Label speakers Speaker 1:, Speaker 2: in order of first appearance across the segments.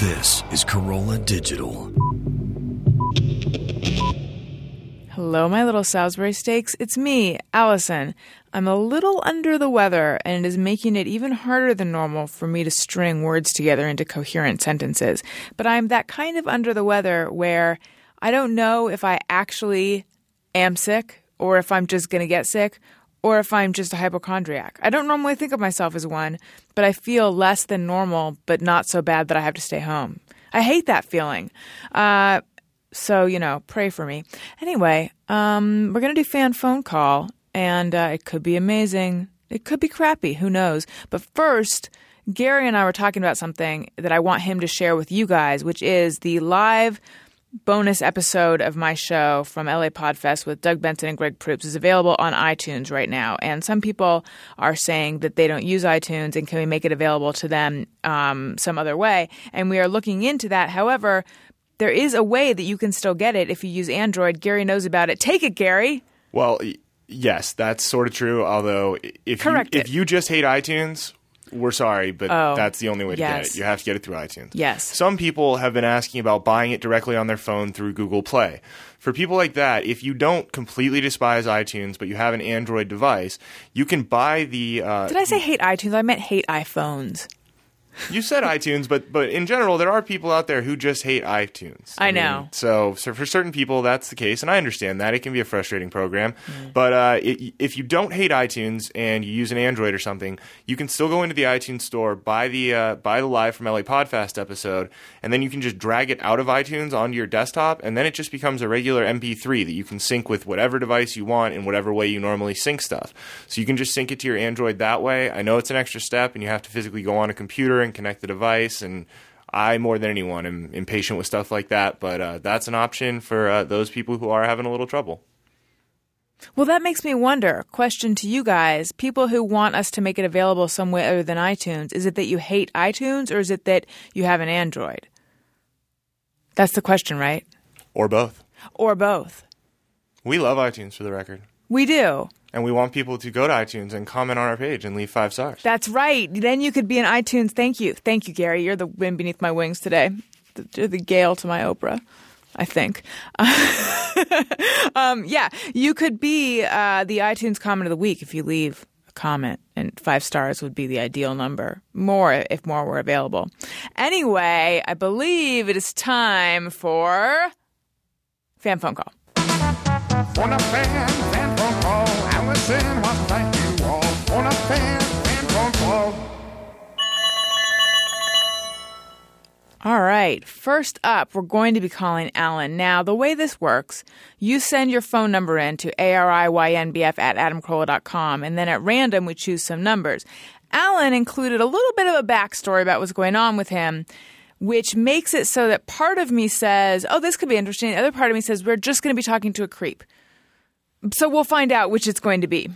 Speaker 1: This is Corolla Digital.
Speaker 2: Hello, my little Salisbury steaks. It's me, Allison. I'm a little under the weather, and it is making it even harder than normal for me to string words together into coherent sentences. But I'm that kind of under the weather where I don't know if I actually am sick, or if I'm just going to get sick, or if I'm just a hypochondriac. I don't normally think of myself as one, but I feel less than normal, but not so bad that I have to stay home. I hate that feeling. Uh, so, you know, pray for me. Anyway, um, we're going to do fan phone call, and uh, it could be amazing. It could be crappy. Who knows? But first, Gary and I were talking about something that I want him to share with you guys, which is the live bonus episode of my show from LA Podfest with Doug Benson and Greg Proops is available on iTunes right now. And some people are saying that they don't use iTunes and can we make it available to them um, some other way? And we are looking into that. However, there is a way that you can still get it if you use Android. Gary knows about it. Take it, Gary.
Speaker 3: Well, y- yes, that's sort of true. Although, i- if
Speaker 2: Correct
Speaker 3: you,
Speaker 2: it.
Speaker 3: if you just hate iTunes, we're sorry, but
Speaker 2: Oh,
Speaker 3: that's the only way to get
Speaker 2: yes.
Speaker 3: it. You have to get it through iTunes.
Speaker 2: Yes.
Speaker 3: Some people have been asking about buying it directly on their phone through Google Play. For people like that, if you don't completely despise iTunes, but you have an Android device, you can buy the. Uh,
Speaker 2: Did I say hate iTunes? I meant hate iPhones.
Speaker 3: you said iTunes, but but in general, there are people out there who just hate iTunes.
Speaker 2: I know.
Speaker 3: so, so for certain people, that's the case, and I understand that it can be a frustrating program. But uh, i if you don't hate iTunes and you use an Android or something, you can still go into the iTunes store, buy the uh, buy the live from LA Podfast episode, and then you can just drag it out of iTunes onto your desktop, and then it just becomes a regular MP3 that you can sync with whatever device you want in whatever way you normally sync stuff. So you can just sync it to your Android that way. I know it's an extra step, and you have to physically go on a computer and connect the device and I more than anyone am impatient with stuff like that, but uh, that's an option for uh, those people who are having a little trouble.
Speaker 2: Well, that makes me wonder. Question to you guys people who want us to make it available some way other than iTunes is it that you hate iTunes or is it that you have an Android? That's the question, right?
Speaker 3: Or both.
Speaker 2: Or both.
Speaker 3: We love iTunes for the record.
Speaker 2: We do.
Speaker 3: And we want people to go to iTunes and comment on our page and leave five stars.
Speaker 2: That's right. Then you could be an iTunes. Thank you. Thank you, Gary. You're the wind beneath my wings today. The- You're the gale to my Oprah, I think. um, yeah, you could be uh, the iTunes comment of the week if you leave a comment, and five stars would be the ideal number. More if more were available. Anyway, I believe it is time for fan phone call.
Speaker 4: On a fan, fan phone call. Allison wants to thank you all. On a fan, fan phone call.
Speaker 2: All right. First up, we're going to be calling Alan. Now, the way this works, you send your phone number in to ariynbf at adamcrolla.com, and then at random, we choose some numbers. Alan included a little bit of a backstory about what's going on with him, which makes it so that part of me says, oh, this could be interesting. The other part of me says, we're just going to be talking to a creep. So we'll find out which it's going to be.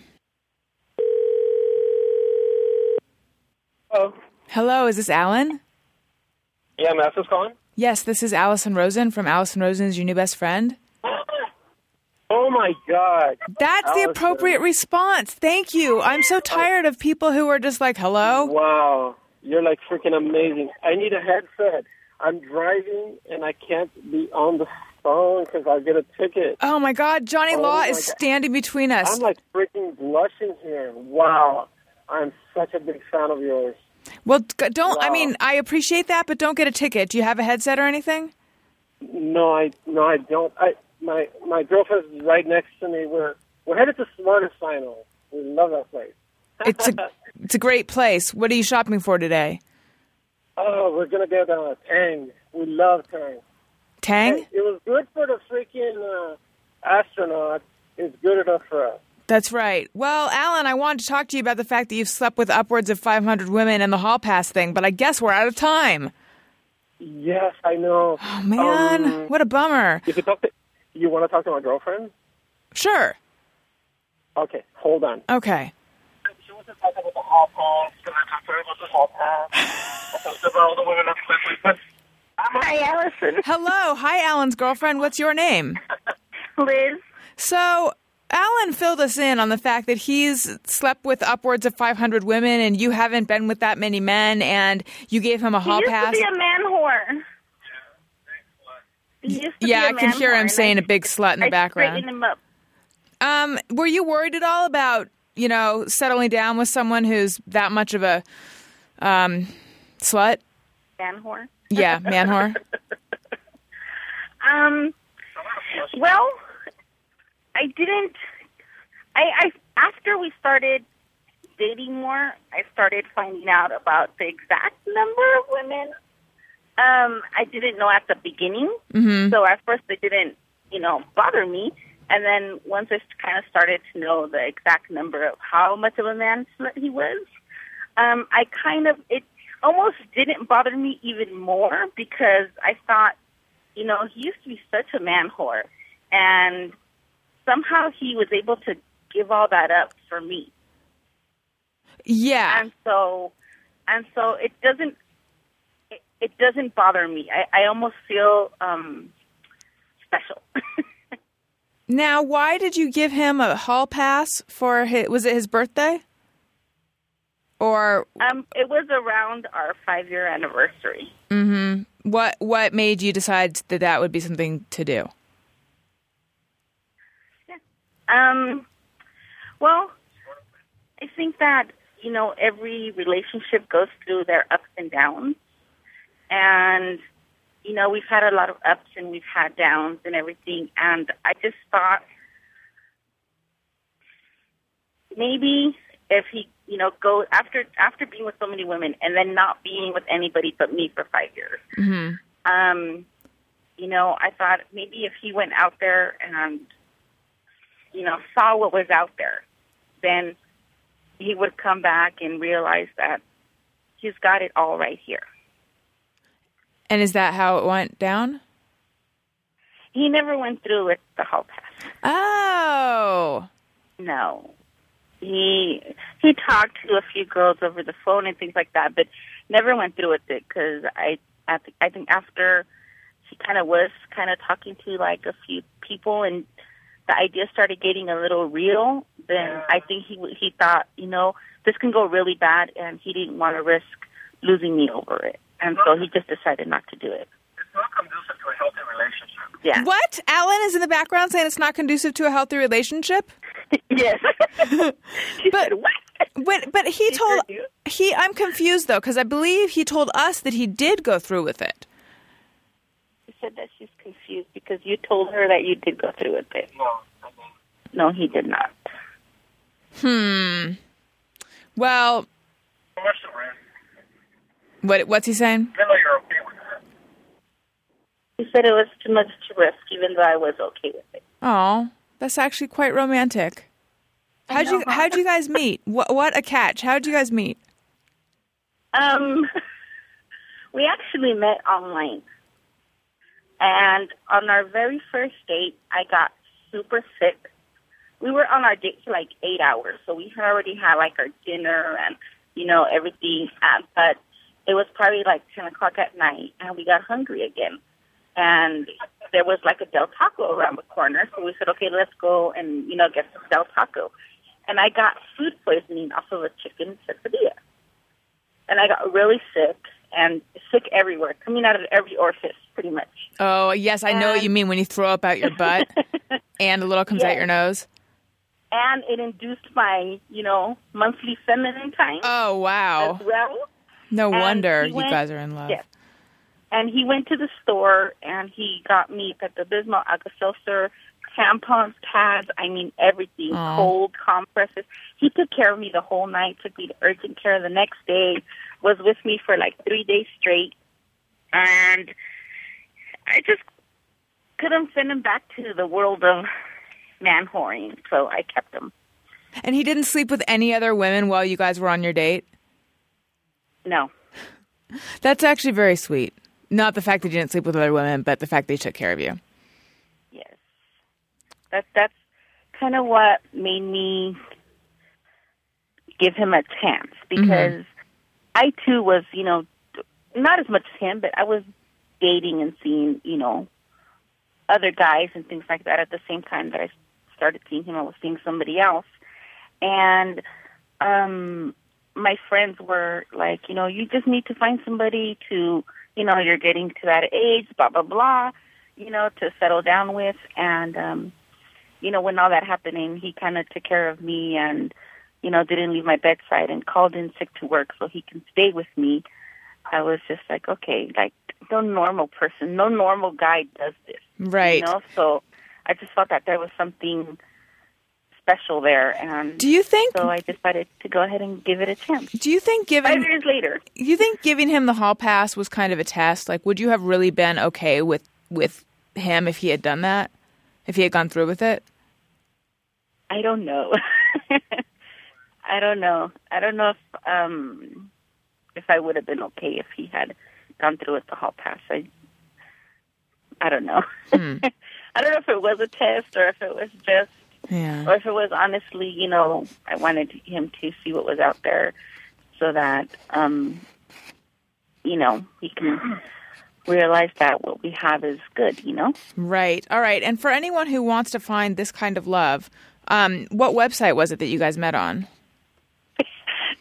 Speaker 5: Hello.
Speaker 2: Hello, is this Alan?
Speaker 5: Yeah, Mass is calling.
Speaker 2: Yes, this is Allison Rosen from Allison Rosen's Your New Best Friend.
Speaker 5: Oh my God.
Speaker 2: That's the
Speaker 5: Allison.
Speaker 2: appropriate response. Thank you. I'm so tired of people who are just like, hello.
Speaker 5: Wow. You're like freaking amazing. I need a headset. I'm driving and I can't be on the phone because I'll get a ticket.
Speaker 2: Oh my God, Johnny
Speaker 5: Oh
Speaker 2: Law
Speaker 5: my
Speaker 2: is
Speaker 5: God.
Speaker 2: standing between us.
Speaker 5: I'm like freaking blushing here. Wow. I'm such a big fan of yours.
Speaker 2: well, g- don't, I
Speaker 5: Wow.
Speaker 2: mean, I appreciate that, but don't get a ticket. Do you have a headset or anything?
Speaker 5: No, I no, I don't. I my my girlfriend's right next to me. We're we're headed to Smyrna Final. We love that place.
Speaker 2: It's a, it's a great place. What are you shopping for today?
Speaker 5: Oh, we're gonna get uh, Tang. We love Tang.
Speaker 2: Tang?
Speaker 5: It was good for the freaking uh, astronauts. It's good enough for us.
Speaker 2: That's right. Well, Alan, I wanted to talk to you about the fact that you've slept with upwards of 500 women and the hall pass thing, but I guess we're out of time.
Speaker 5: Yes, I know. Oh
Speaker 2: Man, what a bummer.
Speaker 5: you could talk to. You want to talk to my girlfriend?
Speaker 2: Sure.
Speaker 5: Okay, hold on.
Speaker 2: Okay.
Speaker 5: She wants to talk about the hall pass. Can I talk to her about the hall pass? I talked about all the women I've slept with, but I'm
Speaker 6: Hi, Allison.
Speaker 2: Hello. Hi, Alan's girlfriend. What's your name?
Speaker 6: Liz.
Speaker 2: So Alan filled us in on the fact that he's slept with upwards of 500 women and you haven't been with that many men and you gave him a
Speaker 7: He
Speaker 2: hall
Speaker 7: used
Speaker 2: pass.
Speaker 7: to be a man whore. He used to
Speaker 2: yeah,
Speaker 7: be a
Speaker 2: I can
Speaker 7: man
Speaker 2: hear
Speaker 7: whore,
Speaker 2: him
Speaker 7: and
Speaker 2: saying
Speaker 7: I-
Speaker 2: a big slut in the
Speaker 7: I
Speaker 2: background.
Speaker 7: straightened him up.
Speaker 2: Um, were you worried at all about you know settling down with someone who's that much of a um, slut?
Speaker 7: Man whore.
Speaker 2: Yeah, man whore.
Speaker 7: Um, well, I didn't. I, I after we started dating more, I started finding out about the exact number of women. Um, I didn't know at the beginning, so at first they didn't, you know, bother me. And then once I kind of started to know the exact number of how much of a man slut he was, um, I kind of it almost didn't bother me even more because I thought you know, he used to be such a man whore, and somehow he was able to give all that up for me.
Speaker 2: Yeah, Ah.
Speaker 7: And so, and so it doesn't, it, it doesn't bother me. I, I almost feel um, special.
Speaker 2: Now, why did you give him a hall pass for his? Was it his birthday? Or
Speaker 7: um, it was around our five-year anniversary.
Speaker 2: what? What made you decide that that would be something to do?
Speaker 7: Um, well, I think that you know every relationship goes through their ups and downs, and you know we've had a lot of ups and we've had downs and everything, and I just thought maybe if he you know go after after being with so many women and then not being with anybody but me for five years um you know i thought maybe if he went out there and you know, saw what was out there, then he would come back and realize that he's got it all right here.
Speaker 2: And is that how it went down?
Speaker 7: He never went through with the hall pass.
Speaker 2: Oh,
Speaker 7: No. He he talked to a few girls over the phone and things like that, but never went through with it because I I think I think after he kind of was kind of talking to like a few people and the idea started getting a little real, then I think he w- he thought, you know, this can go really bad, and he didn't want to risk losing me over it, and so he just decided not to do it.
Speaker 8: It's not conducive to a healthy relationship.
Speaker 7: Yeah.
Speaker 2: what? Alan is in the background saying it's not conducive to a healthy relationship.
Speaker 7: Yes. She
Speaker 2: But-
Speaker 7: said, what?
Speaker 2: When, but he told
Speaker 7: do.
Speaker 2: he. I'm confused though because I believe he told us that he did go through with it.
Speaker 7: She said that she's confused because you told her that you did go through with it.
Speaker 8: No, I mean,
Speaker 7: No, he did not.
Speaker 2: Well,
Speaker 8: so much the risk.
Speaker 2: what what's he saying?
Speaker 8: Even though you're okay with it.
Speaker 7: He said it was too much to risk, even though I was okay with it.
Speaker 2: Oh, that's actually quite romantic. How'd you how'd you guys meet? What what a catch. How'd you guys meet?
Speaker 7: Um, we actually met online. And on our very first date, I got super sick. We were on our date for like eight hours, so we had already had like our dinner and, you know, everything. Uh, but it was probably like 10 o'clock at night, and we got hungry again. And there was like a Del Taco around the corner, so we said, okay, let's go and, you know, get some Del Taco. And I got food poisoning off of a chicken quesadilla and I got really sick and sick everywhere, coming out of every orifice, pretty much.
Speaker 2: Oh yes, I know
Speaker 7: Uh,
Speaker 2: what you mean when you throw up out your butt and a little comes out
Speaker 7: Yes.
Speaker 2: your nose.
Speaker 7: And it induced my, you know, monthly feminine time
Speaker 2: Oh wow.
Speaker 7: as well.
Speaker 2: No
Speaker 7: And
Speaker 2: wonder
Speaker 7: Uh, he
Speaker 2: you
Speaker 7: went-
Speaker 2: guys are in love.
Speaker 7: Yes. And he went to the store and he got me Pepto Bismol, Alka Seltzer, tampons, pads. I mean everything.
Speaker 2: Aw.
Speaker 7: Cold compresses. He took care of me the whole night. Took me to urgent care the next day. Was with me for like three days straight. And I just couldn't send him back to the world of man whoring, so I kept him.
Speaker 2: And he didn't sleep with any other women while you guys were on your date.
Speaker 7: No.
Speaker 2: That's actually very sweet. Not the fact that you didn't sleep with other women, but the fact that he took care of you.
Speaker 7: Yes. That that's kind of what made me give him a chance because I too was, you know, d- not as much as him, but I was dating and seeing, you know, other guys and things like that at the same time that I s- started seeing him, I was seeing somebody else. And um my friends were like, you know, you just need to find somebody to, you know, you're getting to that age, blah blah blah, you know, to settle down with and um you know, when all that happening, he kind of took care of me and you know, didn't leave my bedside and called in sick to work so he can stay with me. I was just like, okay, like no normal person, no normal guy does this.
Speaker 2: Right.
Speaker 7: You know, so I just felt that there was something special there, and
Speaker 2: Do you think
Speaker 7: so I decided to go ahead and give it a chance.
Speaker 2: do you think
Speaker 7: Five
Speaker 2: giving
Speaker 7: years later,
Speaker 2: do you think giving him the hall pass was kind of a test? Like would you have really been okay with with him if he had done that? If he had gone through with it?
Speaker 7: I don't know. I don't know. I don't know if um if I would have been okay if he had gone through with the hall pass. I I don't know.
Speaker 2: Hmm.
Speaker 7: I don't know if it was a test or if it was just
Speaker 2: Yeah.
Speaker 7: or if it was honestly, you know, I wanted him to see what was out there so that um you know, he can realize that what we have is good, you know?
Speaker 2: Right. All right. And for anyone who wants to find this kind of love, um, what website was it that you guys met on?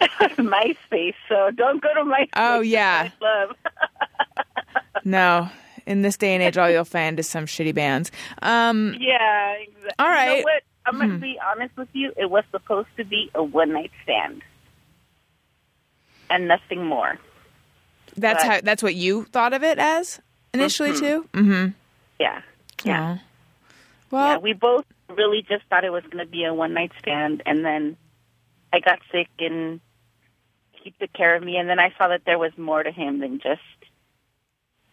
Speaker 7: MySpace, so don't go to MySpace.
Speaker 2: Oh, yeah.
Speaker 7: Love.
Speaker 2: No. In this day and age, all you'll find is some shitty bands. Um,
Speaker 7: Yeah, exactly.
Speaker 2: All
Speaker 7: You
Speaker 2: right. Hmm.
Speaker 7: know what? I'm going to be honest with you. It was supposed to be a one night stand and nothing more.
Speaker 2: that's
Speaker 7: But-
Speaker 2: how. That's what you thought of it as initially, too. Mm-hmm.
Speaker 7: Yeah. Yeah.
Speaker 2: Well,
Speaker 7: yeah, we both really just thought it was going to be a one night stand, and then I got sick, and he took care of me, and then I saw that there was more to him than just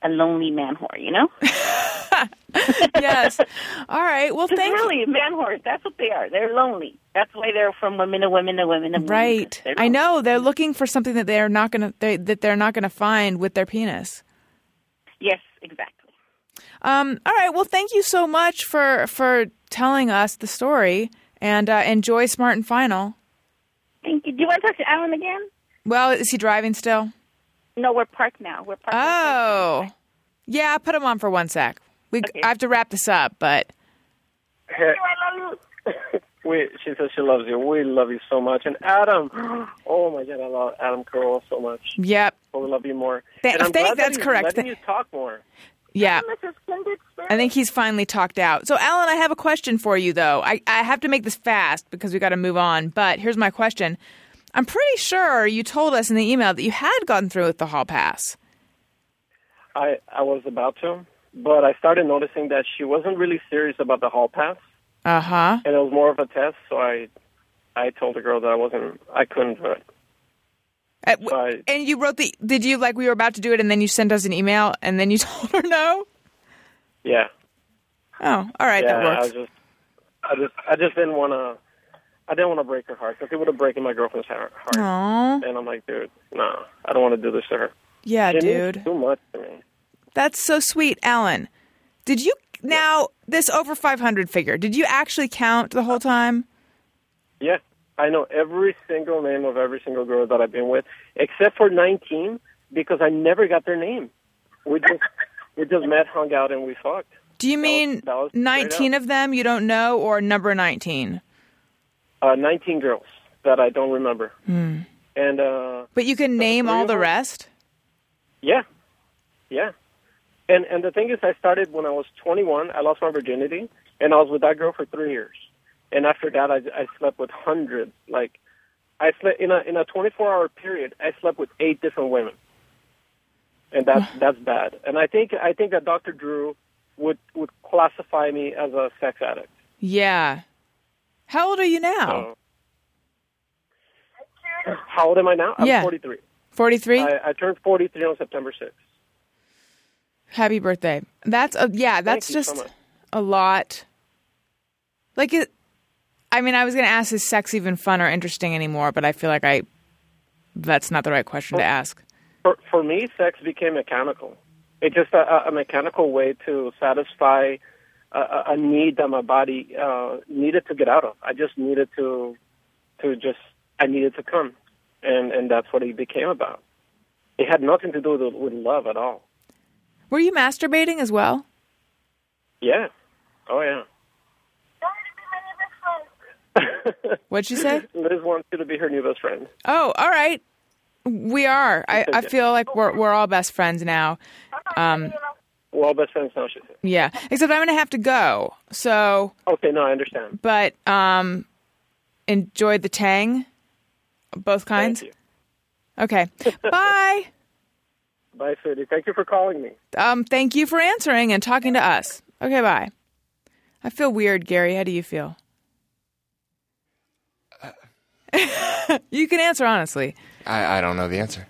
Speaker 7: a lonely man whore, you know?
Speaker 2: yes. All right. Well, thank you.
Speaker 7: really, man whores. That's what they are. They're lonely. That's why they're from women to women to women to women.
Speaker 2: Right.
Speaker 7: They're
Speaker 2: I
Speaker 7: lonely.
Speaker 2: know they're looking for something that they're not gonna they, that they're not gonna find with their penis.
Speaker 7: Yes, exactly.
Speaker 2: Um, all right. Well, thank you so much for for telling us the story and uh, enjoy Smart and Final.
Speaker 7: Thank you. Do you want to talk to Alan again?
Speaker 2: Well, is he driving still?
Speaker 7: No, we're parked now. We're parked.
Speaker 2: Oh, yeah. Put him on for one sec. We I have to wrap this up, but
Speaker 7: I love you.
Speaker 5: We, she says she loves you. We love you so much. And Adam, oh my God, I love Adam Carolla so much.
Speaker 2: yep,
Speaker 5: But we love you more.
Speaker 2: Th-
Speaker 5: and I'm
Speaker 2: thank-
Speaker 5: glad that
Speaker 2: that's
Speaker 5: he's
Speaker 2: correct.
Speaker 5: Letting
Speaker 2: Th-
Speaker 5: you talk more.
Speaker 2: yeah.
Speaker 7: That's a splendid story.
Speaker 2: I think he's finally talked out. So, Alan, I have a question for you, though. I, I have to make this fast because we got to move on. But here's my question I'm pretty sure you told us in the email that you had gone through with the hall pass.
Speaker 5: I, I was about to, but I started noticing that she wasn't really serious about the hall pass,
Speaker 2: Uh huh.
Speaker 5: and it was more of a test. So I, I told the girl that I wasn't, I couldn't do it. Right.
Speaker 2: And you wrote the, did you, like, we were about to do it and then you sent us an email and then you told her no?
Speaker 5: Yeah,
Speaker 2: Oh, all right,
Speaker 5: yeah.
Speaker 2: that works.
Speaker 5: I just, I just, I just didn't want to. I didn't want to break her heart because it would have broken my girlfriend's heart.
Speaker 2: Aw.
Speaker 5: And I'm like, dude, no, I don't want to do this to her.
Speaker 2: Yeah,
Speaker 5: It means
Speaker 2: dude.
Speaker 5: too much to me.
Speaker 2: That's so sweet, Alan. Did you, now, this over 500 figure, did you actually count the
Speaker 5: Uh,
Speaker 2: whole time?
Speaker 5: Yeah, I know every single name of every single girl that I've been with, except for 19, because I never got their name. We just we just met, hung out, and we fucked.
Speaker 2: Do you mean
Speaker 5: that was straight
Speaker 2: 19 of them you don't know or number 19?
Speaker 5: Uh, 19 girls that I don't remember. And uh,
Speaker 2: But you can name
Speaker 5: three
Speaker 2: all
Speaker 5: of
Speaker 2: the
Speaker 5: them?
Speaker 2: rest?
Speaker 5: yeah, yeah. And and the thing is, I started when I was 21. I lost my virginity, and I was with that girl for three years. And after that, I, I slept with hundreds. Like, I slept in a in a 24 hour period. I slept with eight different women, and that's that's bad. And I think I think that Dr. Drew would would classify me as a sex addict.
Speaker 2: Yeah. How old are you now?
Speaker 5: So- How old am I now? I'm
Speaker 2: Yeah.
Speaker 5: 43.
Speaker 2: 43?
Speaker 5: I, I turned 43 on September 6th.
Speaker 2: Happy birthday. That's a, yeah, that's
Speaker 5: you so
Speaker 2: just
Speaker 5: much.
Speaker 2: a lot. Like it I mean, I was going to ask is sex even fun or interesting anymore, but I feel like I that's not the right question to
Speaker 5: Oh.
Speaker 2: ask.
Speaker 5: For, for me, sex became mechanical. It's just uh, a, a mechanical way to satisfy a- a, a need that my body uh, needed to get out of. I just needed to, to just, I needed to come. And, and that's what it became about. It had nothing to do with, with love at all.
Speaker 2: Were you masturbating as well?
Speaker 5: Yeah. Oh, yeah.
Speaker 2: What'd you say?
Speaker 5: Liz wants you to be her new best friend.
Speaker 2: Oh, all right. We are. I, I feel like we're we're all best friends now. Um,
Speaker 5: We're all best friends now. She said.
Speaker 2: yeah. Except I'm gonna have to go. So,
Speaker 5: Okay, no, I understand.
Speaker 2: but um, enjoy the tang, both kinds.
Speaker 5: Thank
Speaker 2: Okay. Bye.
Speaker 5: you. Bye, sweetie. Thank you for calling me.
Speaker 2: Um, thank you for answering and talking to us. Okay, bye. I feel weird, Gary. How do you feel? you can answer honestly.
Speaker 9: I, I don't know the answer,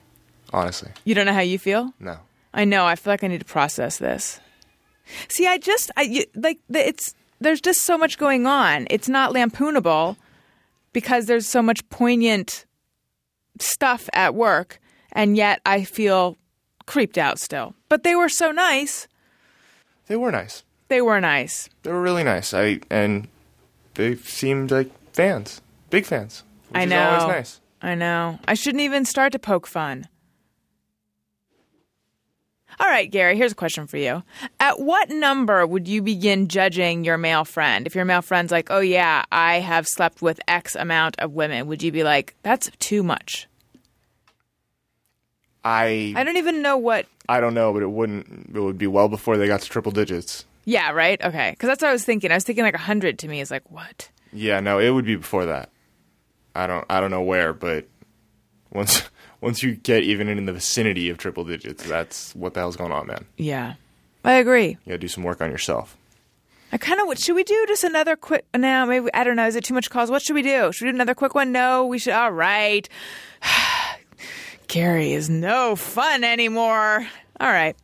Speaker 9: honestly.
Speaker 2: You don't know how you feel?
Speaker 9: No.
Speaker 2: I know. I feel like I need to process this. See, I just, I you, like the, it's. There's just so much going on. It's not lampoonable because there's so much poignant stuff at work, and yet I feel creeped out still. But they were so nice.
Speaker 9: They were nice.
Speaker 2: They were nice.
Speaker 9: They were really nice. I and they seemed like fans, big fans. Which
Speaker 2: I
Speaker 9: is
Speaker 2: know.
Speaker 9: always nice.
Speaker 2: I know. I shouldn't even start to poke fun. All right, Gary, here's a question for you. At what number would you begin judging your male friend? If your male friend's like, oh, yeah, I have slept with X amount of women, would you be like, that's too much? I
Speaker 9: I
Speaker 2: don't even know what.
Speaker 9: I don't know, but it wouldn't. It would be well before they got to triple digits.
Speaker 2: Yeah, right? Okay. Because that's what I was thinking. I was thinking like 100 to me is like, what?
Speaker 9: Yeah, no, it would be before that. I don't I don't know where, but once once you get even in the vicinity of triple digits, that's what the hell's going on, man.
Speaker 2: Yeah. I agree.
Speaker 9: You gotta do some work on yourself.
Speaker 2: I kind of. Should we do just another quick? No, maybe I don't know. Is it too much calls? What should we do? Should we do another quick one? No, we should. All right. Gary is no fun anymore. All right.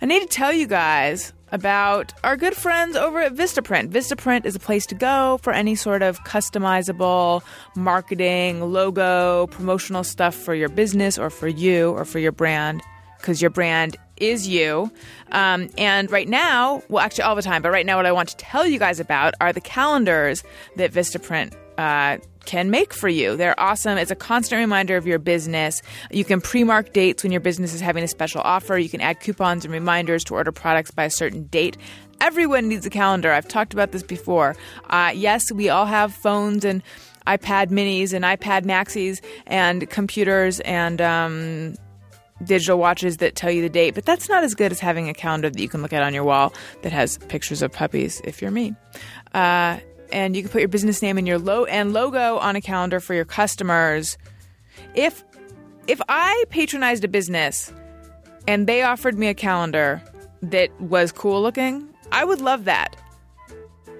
Speaker 2: I need to tell you guys about our good friends over at Vistaprint. Vistaprint is a place to go for any sort of customizable marketing, logo, promotional stuff for your business or for you or for your brand because your brand is you. Um, and right now, well, actually, all the time, but right now, what I want to tell you guys about are the calendars that Vistaprint uh, can make for you. They're awesome. It's a constant reminder of your business. You can pre mark dates when your business is having a special offer. You can add coupons and reminders to order products by a certain date. Everyone needs a calendar. I've talked about this before. Uh, yes, we all have phones and iPad minis and iPad maxis and computers and um, digital watches that tell you the date, but that's not as good as having a calendar that you can look at on your wall that has pictures of puppies if you're me. Uh, and you can put your business name and your lo- and logo on a calendar for your customers. If if I patronized a business and they offered me a calendar that was cool looking, I would love that.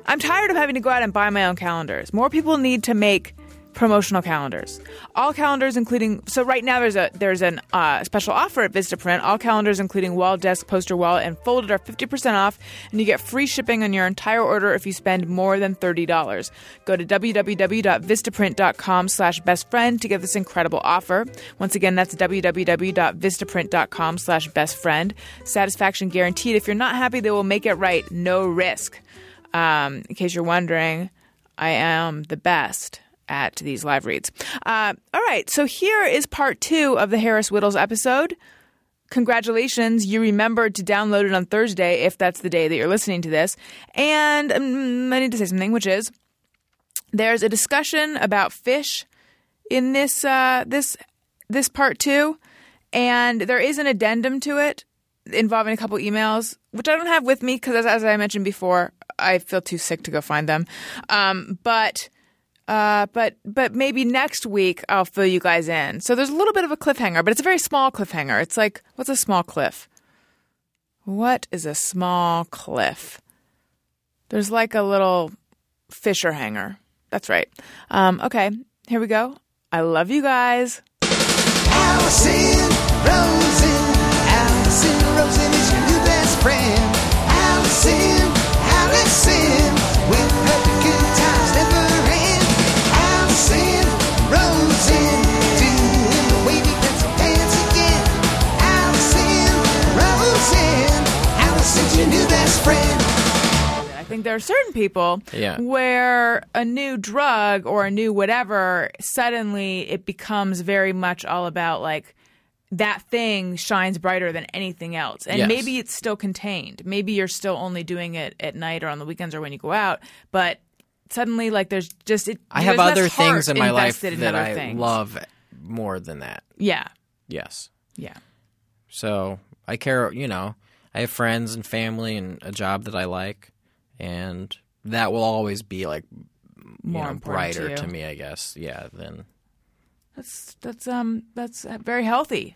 Speaker 2: I'm tired of having to go out and buy my own calendars. More people need to make promotional calendars. All calendars, including so right now there's a there's an uh, special offer at Vistaprint. All calendars, including wall, desk, poster, wall, and folded, are 50% off, and you get free shipping on your entire order if you spend more than thirty dollars. Go to www.vistaprint.com/bestfriend to get this incredible offer. Once again, that's www.vistaprint.com/bestfriend. Satisfaction guaranteed. If you're not happy, they will make it right. No risk. Um, in case you're wondering, I am the best at these live reads. Uh, all right, so here is part two of the Harris Whittles episode. Congratulations, you remembered to download it on Thursday if that's the day that you're listening to this. And um, I need to say something, which is there's a discussion about fish in this uh, this this part two, and there is an addendum to it involving a couple emails, which I don't have with me because, as, as I mentioned before, I feel too sick to go find them. Um, but uh, but but maybe next week I'll fill you guys in. So there's a little bit of a cliffhanger, but it's a very small cliffhanger. It's like what's a small cliff? What is a small cliff? There's like a little Fisher hanger. That's right. Um, okay, here we go. I love you guys.
Speaker 10: Allison Rosen. Allison Rosen is your new best friend. Allison, Allison, with her the good times never end. Allison Rosen, doing the wavy pencil dance again. Allison Rosen, Allison's your new best friend.
Speaker 2: I think there are certain people
Speaker 11: Yeah.
Speaker 2: where a new drug or a new whatever suddenly it becomes very much all about like that thing shines brighter than anything else. And
Speaker 11: Yes.
Speaker 2: maybe it's still contained. Maybe you're still only doing it at night or on the weekends or when you go out, but suddenly like there's just it.
Speaker 11: I
Speaker 2: there's
Speaker 11: have
Speaker 2: less
Speaker 11: other things
Speaker 2: heart
Speaker 11: in my life
Speaker 2: invested in
Speaker 11: that
Speaker 2: other
Speaker 11: I
Speaker 2: things.
Speaker 11: love more than that.
Speaker 2: Yeah,
Speaker 11: Yes.
Speaker 2: yeah,
Speaker 11: So I care, you know, I have friends and family and a job that I like, and that will always be like
Speaker 2: more
Speaker 11: you know,
Speaker 2: important
Speaker 11: brighter
Speaker 2: to, you.
Speaker 11: to, me, I guess. Yeah. Then
Speaker 2: That's that's um that's uh, very healthy.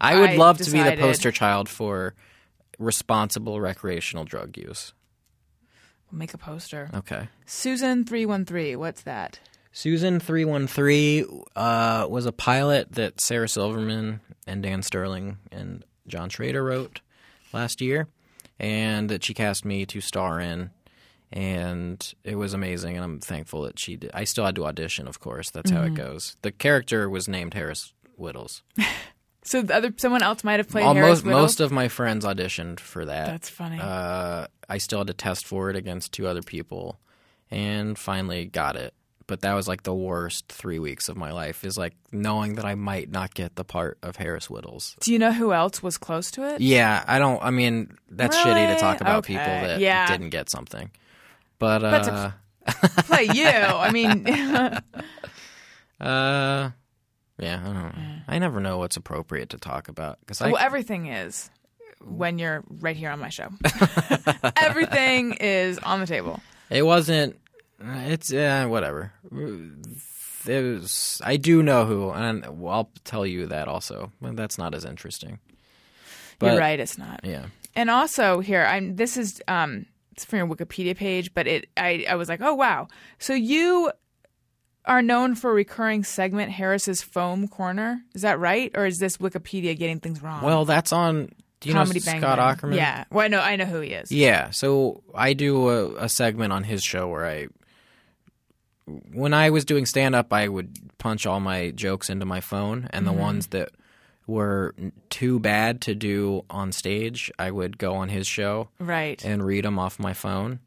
Speaker 11: I would
Speaker 2: I
Speaker 11: love to be
Speaker 2: decided-
Speaker 11: the poster child for responsible recreational drug use.
Speaker 2: We'll make a poster.
Speaker 11: Okay.
Speaker 2: Susan three one three. What's that?
Speaker 11: Susan three one three uh, was a pilot that Sarah Silverman and Dan Sterling and John Schrader wrote last year, and that she cast me to star in, and it was amazing. And I'm thankful that she did. I still had to audition, of course. That's how it goes. The character was named Harris Whittles.
Speaker 2: So the other someone else might have played
Speaker 11: Almost
Speaker 2: Harris Whittle?
Speaker 11: most of my friends auditioned for that.
Speaker 2: That's funny.
Speaker 11: Uh, I still had to test for it against two other people, and finally got it. But that was like the worst three weeks of my life. Is like knowing that I might not get the part of Harris Whittles.
Speaker 2: Do you know who else was close to it?
Speaker 11: Yeah, I don't. I mean, that's shitty to
Speaker 2: Really?
Speaker 11: talk about
Speaker 2: Okay,
Speaker 11: people that
Speaker 2: yeah.
Speaker 11: didn't get something. But uh,
Speaker 2: That's a- Play you. I mean,
Speaker 11: uh, yeah, I don't know. I never know what's appropriate to talk about because I
Speaker 2: well, everything is when you're right here on my show. everything is on the table.
Speaker 11: It wasn't. It's uh, whatever. It was. I do know who, and I'll tell you that also. But that's not as interesting. But-
Speaker 2: you're right. It's not.
Speaker 11: Yeah.
Speaker 2: And also here, I'm. This is um, it's from your Wikipedia page, but it. I, I was like, oh wow. So you are known for a recurring segment Harris's Foam Corner. Is that right, or is this Wikipedia getting things wrong?
Speaker 11: Well, that's on. Do you
Speaker 2: Um, Comedy
Speaker 11: know
Speaker 2: Bang
Speaker 11: Scott
Speaker 2: Bang.
Speaker 11: Ackerman?
Speaker 2: Yeah. Well, I know. I know who he is.
Speaker 11: Yeah. So I do a, a segment on his show where I, when I was doing stand up, I would punch all my jokes into my phone, and
Speaker 2: Mm-hmm.
Speaker 11: the ones that were too bad to do on stage, I would go on his show.
Speaker 2: Right.
Speaker 11: and read them off my phone.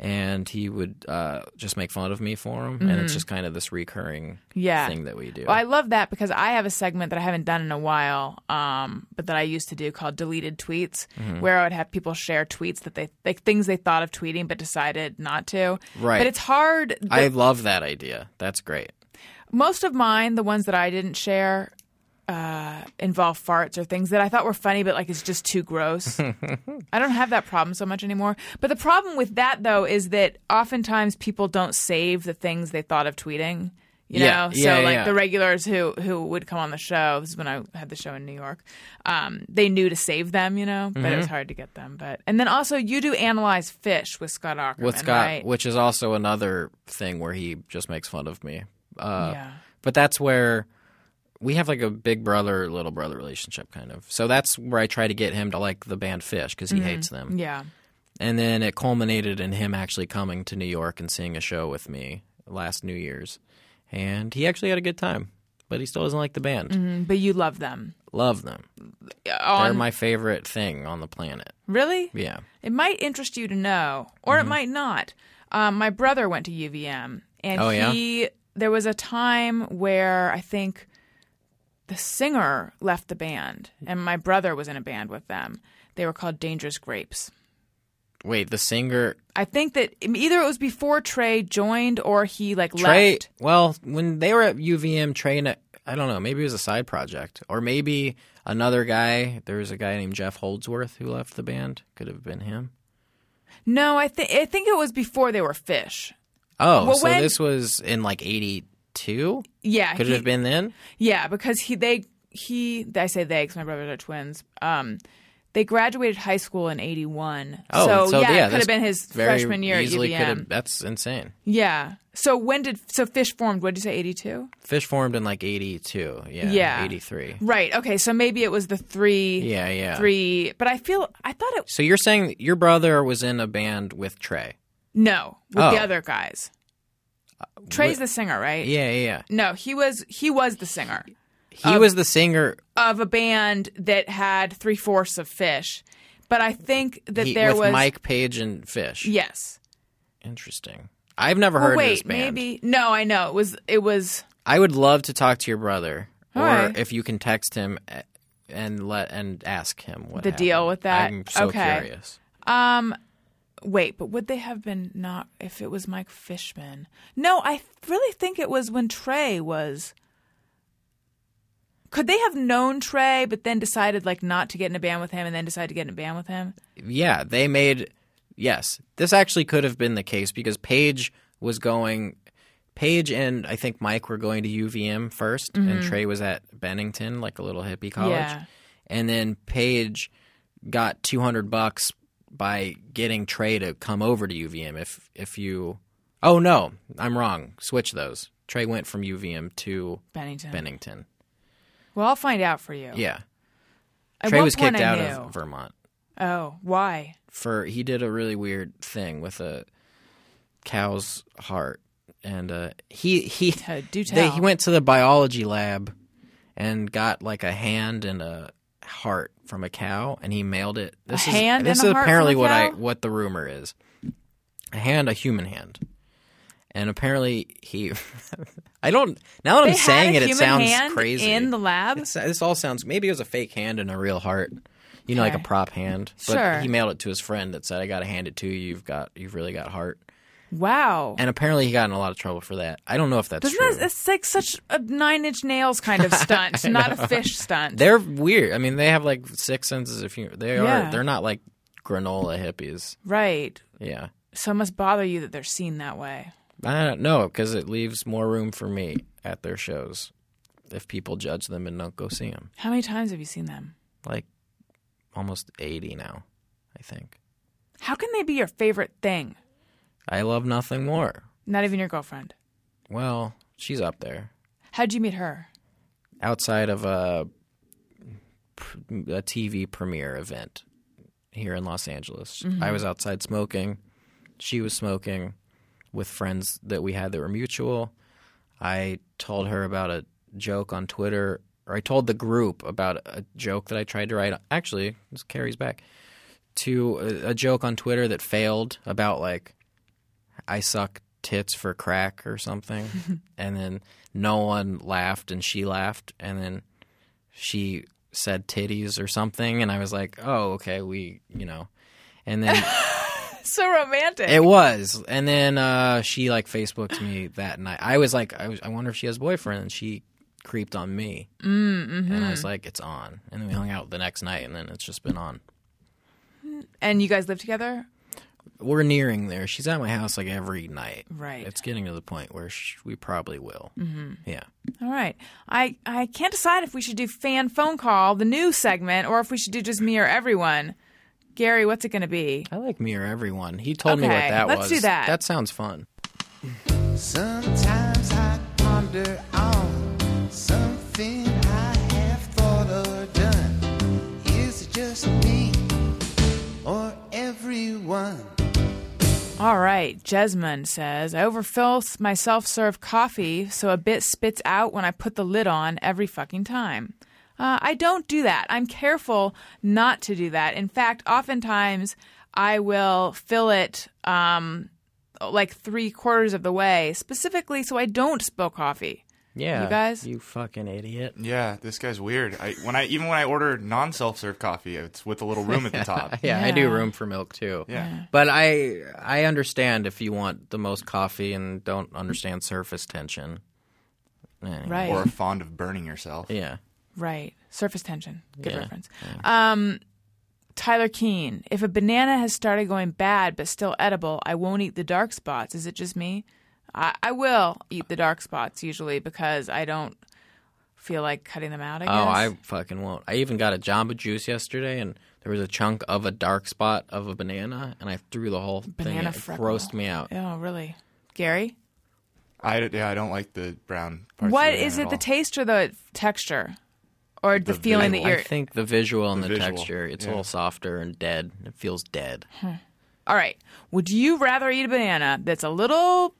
Speaker 11: And he would uh, just make fun of me for them. And it's just kind of this recurring
Speaker 2: Mm-hmm. Yeah.
Speaker 11: thing that we do.
Speaker 2: Well, I love that because I have a segment that I haven't done in a while, um, but that I used to do called deleted tweets,
Speaker 11: Mm-hmm.
Speaker 2: where I would have people share tweets that they like things they thought of tweeting but decided not to.
Speaker 11: Right.
Speaker 2: But it's hard. The-
Speaker 11: I love that idea. That's great.
Speaker 2: most of mine, the ones that I didn't share, uh, involve farts or things that I thought were funny, but like it's just too gross. I don't have that problem so much anymore. But the problem with that though is that oftentimes people don't save the things they thought of tweeting. You
Speaker 11: Yeah,
Speaker 2: know,
Speaker 11: yeah,
Speaker 2: so like
Speaker 11: yeah.
Speaker 2: the regulars who who would come on the show. This is when I had the show in New York. Um, they knew to save them, you know, but it
Speaker 11: Mm-hmm.
Speaker 2: was hard to get them. But and then also you do analyze fish with Scott Ackerman,
Speaker 11: With Scott,
Speaker 2: right?
Speaker 11: which is also another thing where he just makes fun of me. Uh,
Speaker 2: yeah,
Speaker 11: But that's where we have like a big brother, little brother relationship kind of. So that's where I try to get him to like the band Fish because he
Speaker 2: Mm-hmm.
Speaker 11: hates them.
Speaker 2: yeah.
Speaker 11: And then it culminated in him actually coming to New York and seeing a show with me last New Year's. And he actually had a good time, but he still doesn't like the band.
Speaker 2: But you love them.
Speaker 11: Love them. They're
Speaker 2: Mm-hmm. On
Speaker 11: my favorite thing on the planet.
Speaker 2: really,
Speaker 11: Yeah.
Speaker 2: It might interest you to know, or
Speaker 11: Mm-hmm.
Speaker 2: it might not. Um, my brother went to UVM, and
Speaker 11: Oh, yeah?
Speaker 2: he there was a time where I think the singer left the band, and my brother was in a band with them. They were called Dangerous Grapes.
Speaker 11: Wait, the singer
Speaker 2: I think that either it was before Trey joined or he like
Speaker 11: Trey.
Speaker 2: left.
Speaker 11: Well, when they were at UVM, Trey, and- I don't know, maybe it was a side project, or maybe another guy. There was a guy named Jeff Holdsworth who left the band. Could have been him.
Speaker 2: No, I think I think it was before they were Fish.
Speaker 11: Oh,
Speaker 2: Well,
Speaker 11: so
Speaker 2: when-
Speaker 11: this was in like 82?
Speaker 2: Yeah,
Speaker 11: Could
Speaker 2: he-
Speaker 11: it have been then?
Speaker 2: Yeah, because he they he I say they because my brothers are twins. Um, they graduated high school in eighty one.
Speaker 11: Oh, so,
Speaker 2: yeah,
Speaker 11: yeah,
Speaker 2: it could
Speaker 11: that's
Speaker 2: have been his
Speaker 11: very
Speaker 2: freshman year at
Speaker 11: easily could
Speaker 2: UVM.
Speaker 11: have- that's insane.
Speaker 2: Yeah. So when did so Fish formed? What did you say? Eighty two.
Speaker 11: Fish formed in like '82, yeah,
Speaker 2: Yeah.
Speaker 11: '83.
Speaker 2: Right. Okay. So maybe it was the three.
Speaker 11: Yeah, yeah.
Speaker 2: Three. But I feel I thought it
Speaker 11: So you're saying that your brother was in a band with Trey?
Speaker 2: no with the
Speaker 11: Oh. Uh,
Speaker 2: other guys. Trey's the singer, right?
Speaker 11: Yeah, yeah. yeah.
Speaker 2: No, he was he was the singer.
Speaker 11: He was the singer
Speaker 2: of a band that had three fourths of fish. But I think that
Speaker 11: he-
Speaker 2: there
Speaker 11: with
Speaker 2: was
Speaker 11: Mike Page and Fish.
Speaker 2: Yes.
Speaker 11: Interesting. I've never
Speaker 2: Well,
Speaker 11: heard
Speaker 2: Oh, wait,
Speaker 11: of this band.
Speaker 2: maybe no. I know it was it was
Speaker 11: I would love to talk to your brother,
Speaker 2: All
Speaker 11: or
Speaker 2: right.
Speaker 11: if you can text him a- and let and ask him what
Speaker 2: The deal
Speaker 11: happened.
Speaker 2: with that?
Speaker 11: I'm so
Speaker 2: Okay.
Speaker 11: curious.
Speaker 2: um Wait, but would they have been not if it was Mike Fishman? No, I really think it was when Trey was. Could they have known Trey, but then decided like not to get in a band with him, and then decided to get in a band with him?
Speaker 11: Yeah, they made. Yes, this actually could have been the case because Paige was going. Paige and I think Mike were going to UVM 1st and Trey was at Bennington, like a little hippie college.
Speaker 2: Mm-hmm. Yeah.
Speaker 11: And then Paige got two hundred bucks by getting Trey to come over to UVM. If if you, oh no, I'm wrong. Switch those. Trey went from UVM to
Speaker 2: Bennington.
Speaker 11: Bennington.
Speaker 2: Well, I'll find out for you.
Speaker 11: Yeah,
Speaker 2: At
Speaker 11: Trey
Speaker 2: one
Speaker 11: was
Speaker 2: point,
Speaker 11: kicked
Speaker 2: I
Speaker 11: out
Speaker 2: knew.
Speaker 11: of Vermont.
Speaker 2: Oh, why?
Speaker 11: for he did a really weird thing with a cow's heart and uh he he
Speaker 2: T- do
Speaker 11: They,
Speaker 2: tell.
Speaker 11: he went to the biology lab and got like a hand and a heart from a cow and he mailed it this is
Speaker 2: hand
Speaker 11: this
Speaker 2: and a
Speaker 11: is
Speaker 2: heart from
Speaker 11: apparently
Speaker 2: a
Speaker 11: what i
Speaker 2: cow?
Speaker 11: what the rumor is a hand a human hand and apparently he i don't now that
Speaker 2: They
Speaker 11: i'm
Speaker 2: had
Speaker 11: saying
Speaker 2: a
Speaker 11: it it
Speaker 2: human
Speaker 11: sounds
Speaker 2: hand
Speaker 11: crazy
Speaker 2: in the lab.
Speaker 11: It's- this all sounds maybe it was a fake hand and a real heart. You know, like
Speaker 2: Okay.
Speaker 11: a prop hand. But
Speaker 2: Sure.
Speaker 11: he mailed it to his friend that said, I gotta hand it to you, you've got you've really got heart.
Speaker 2: Wow.
Speaker 11: And apparently he got in a lot of trouble for that. I don't know if that's
Speaker 2: Doesn't
Speaker 11: true.
Speaker 2: that, it's like such a nine inch nails kind of stunt, not a fish stunt.
Speaker 11: they're weird. I mean, they have like six senses of humor. They
Speaker 2: Yeah.
Speaker 11: are they're not like granola hippies.
Speaker 2: right.
Speaker 11: Yeah.
Speaker 2: So it must bother you that they're seen that way.
Speaker 11: I don't know, because it leaves more room for me at their shows if people judge them and don't go see them.
Speaker 2: How many times have you seen them?
Speaker 11: Like almost 80 now, I think.
Speaker 2: How can they be your favorite thing?
Speaker 11: I love nothing more.
Speaker 2: Not even your girlfriend.
Speaker 11: Well, she's up there.
Speaker 2: How'd you meet her?
Speaker 11: outside of a, a TV premiere event here in Los Angeles. I was outside smoking. She was smoking with friends that we had that were mutual. I told her about a joke on Twitter, or I told the group about a joke that I tried to write. Actually, this carries back to a, a joke on Twitter that failed about like I suck tits for crack or something. and then no one laughed and she laughed. And then she said titties or something. And I was like, oh, okay, we, you know. And then
Speaker 2: So romantic.
Speaker 11: it was. And then uh, she like Facebooked me that night. I was like, I, was, I wonder if she has a boyfriend. And she creeped on me. Mm-hmm. And I was like, it's on. And then we hung out the next night. And then it's just been on.
Speaker 2: and you guys live together?
Speaker 11: We're nearing there. She's at my house like every night.
Speaker 2: Right.
Speaker 11: It's getting to the point where sh- we probably will. Mm-hmm. Yeah.
Speaker 2: All right. I, I can't decide if we should do fan phone call, the new segment, or if we should do just me or everyone. Gary, what's it going to be?
Speaker 11: I like Mirror Everyone. He told me what
Speaker 2: Okay,
Speaker 11: that
Speaker 2: let's
Speaker 11: was.
Speaker 2: do that.
Speaker 11: That sounds fun.
Speaker 10: Sometimes I ponder on something I have thought or done. Is it just me or everyone?
Speaker 2: All right, Jesmond says, I overfill my self serve coffee so a bit spits out when I put the lid on every fucking time. Uh, I don't do that. I'm careful not to do that. In fact, oftentimes I will fill it um, like three quarters of the way, specifically so I don't spill coffee.
Speaker 11: Yeah.
Speaker 2: You guys?
Speaker 11: You fucking idiot.
Speaker 9: Yeah, this guy's weird. I when I even when I order non self serve coffee, it's with a little room at the top.
Speaker 11: Yeah, I do room for milk too.
Speaker 9: Yeah.
Speaker 11: But I I understand if you want the most coffee and don't understand surface tension. Anyway.
Speaker 2: Right.
Speaker 9: Or are fond of burning yourself.
Speaker 11: Yeah.
Speaker 2: Right. Surface tension. Good
Speaker 11: Yeah.
Speaker 2: reference. Um, Tyler Keene. If a banana has started going bad but still edible, I won't eat the dark spots. Is it just me? I, I will eat the dark spots usually because I don't feel like cutting them out. I guess.
Speaker 11: Oh, I fucking won't. I even got a Jamba Juice yesterday, and there was a chunk of a dark spot of a banana, and I threw the whole thing.
Speaker 2: Banana
Speaker 11: It
Speaker 2: freckle.
Speaker 11: grossed me out.
Speaker 2: Oh, really, Gary?
Speaker 9: I d- yeah, I don't like the brown parts.
Speaker 2: what
Speaker 9: of the banana
Speaker 2: is it? The
Speaker 9: at all.
Speaker 2: taste or the texture, or the,
Speaker 9: The
Speaker 2: feeling
Speaker 9: visual.
Speaker 2: that you're?
Speaker 11: I think the visual and
Speaker 9: The
Speaker 11: the,
Speaker 9: visual,
Speaker 11: texture, it's
Speaker 9: yeah.
Speaker 11: a little softer and dead. It feels dead.
Speaker 2: All right. Would you rather eat a banana that's a little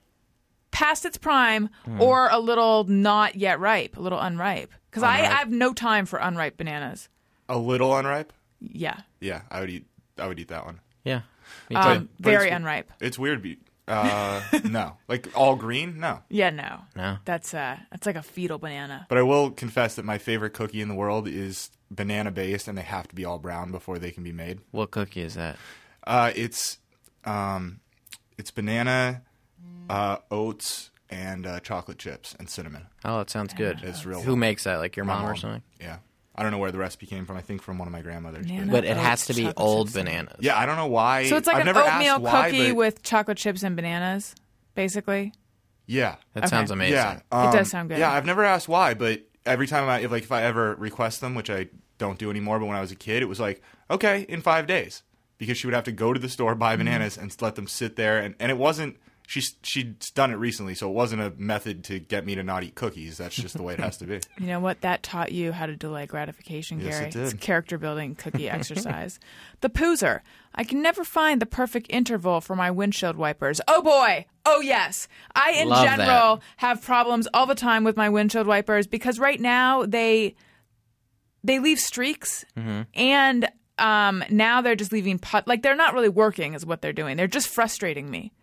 Speaker 2: past its prime or a little not yet ripe, a little unripe? Because I, I have no time for unripe bananas.
Speaker 9: a little unripe?
Speaker 2: Yeah.
Speaker 9: Yeah, I would eat. I would eat that one.
Speaker 11: Yeah. Me too.
Speaker 2: Um,
Speaker 9: but it's-
Speaker 2: very unripe.
Speaker 9: It's weird. Be- uh, no, like all green. No,
Speaker 2: Yeah, no.
Speaker 11: No.
Speaker 2: That's uh that's like a fetal banana.
Speaker 9: but I will confess that my favorite cookie in the world is banana based, and they have to be all brown before they can be made.
Speaker 11: What cookie is that?
Speaker 9: Uh, it's
Speaker 3: Um, it's banana, uh, oats, and uh, chocolate chips and cinnamon.
Speaker 11: Oh, that sounds good.
Speaker 3: It's real.
Speaker 11: Who makes that? Like your
Speaker 3: My
Speaker 11: mom, or
Speaker 3: mom.
Speaker 11: something?
Speaker 3: Yeah, I don't know where the recipe came from. I think from one of my grandmothers. but-
Speaker 2: Banana.
Speaker 11: But it has
Speaker 2: oats,
Speaker 11: to be
Speaker 2: chocolate
Speaker 11: old
Speaker 2: chips.
Speaker 11: bananas.
Speaker 3: yeah, I don't know why.
Speaker 2: So it's like
Speaker 3: I've
Speaker 2: an
Speaker 3: never asked
Speaker 2: oatmeal
Speaker 3: why,
Speaker 2: cookie
Speaker 3: but-
Speaker 2: with chocolate chips and bananas, basically.
Speaker 3: yeah.
Speaker 11: That sounds amazing.
Speaker 3: Yeah,
Speaker 2: It does
Speaker 3: um,
Speaker 2: sound good.
Speaker 3: Yeah, I've never asked why, but every time I if like if I ever request them, which I don't do anymore, but when I was a kid, it was like okay in five days because she would have to go to the store buy
Speaker 2: Mm-hmm.
Speaker 3: bananas and let them sit there, and and it wasn't. She's she'd done it recently, so it wasn't a method to get me to not eat cookies. That's just the way it has to be.
Speaker 2: You know what? That taught you how to delay gratification,
Speaker 3: Yes,
Speaker 2: Gary.
Speaker 3: it did.
Speaker 2: It's character building cookie exercise. The poozer. I can never find the perfect interval for my windshield wipers. Oh boy. Oh yes. I in
Speaker 11: Love that.
Speaker 2: general have problems all the time with my windshield wipers because right now they they leave streaks
Speaker 3: Mm-hmm.
Speaker 2: and um, now they're just leaving put like they're not really working is what they're doing. They're just frustrating me.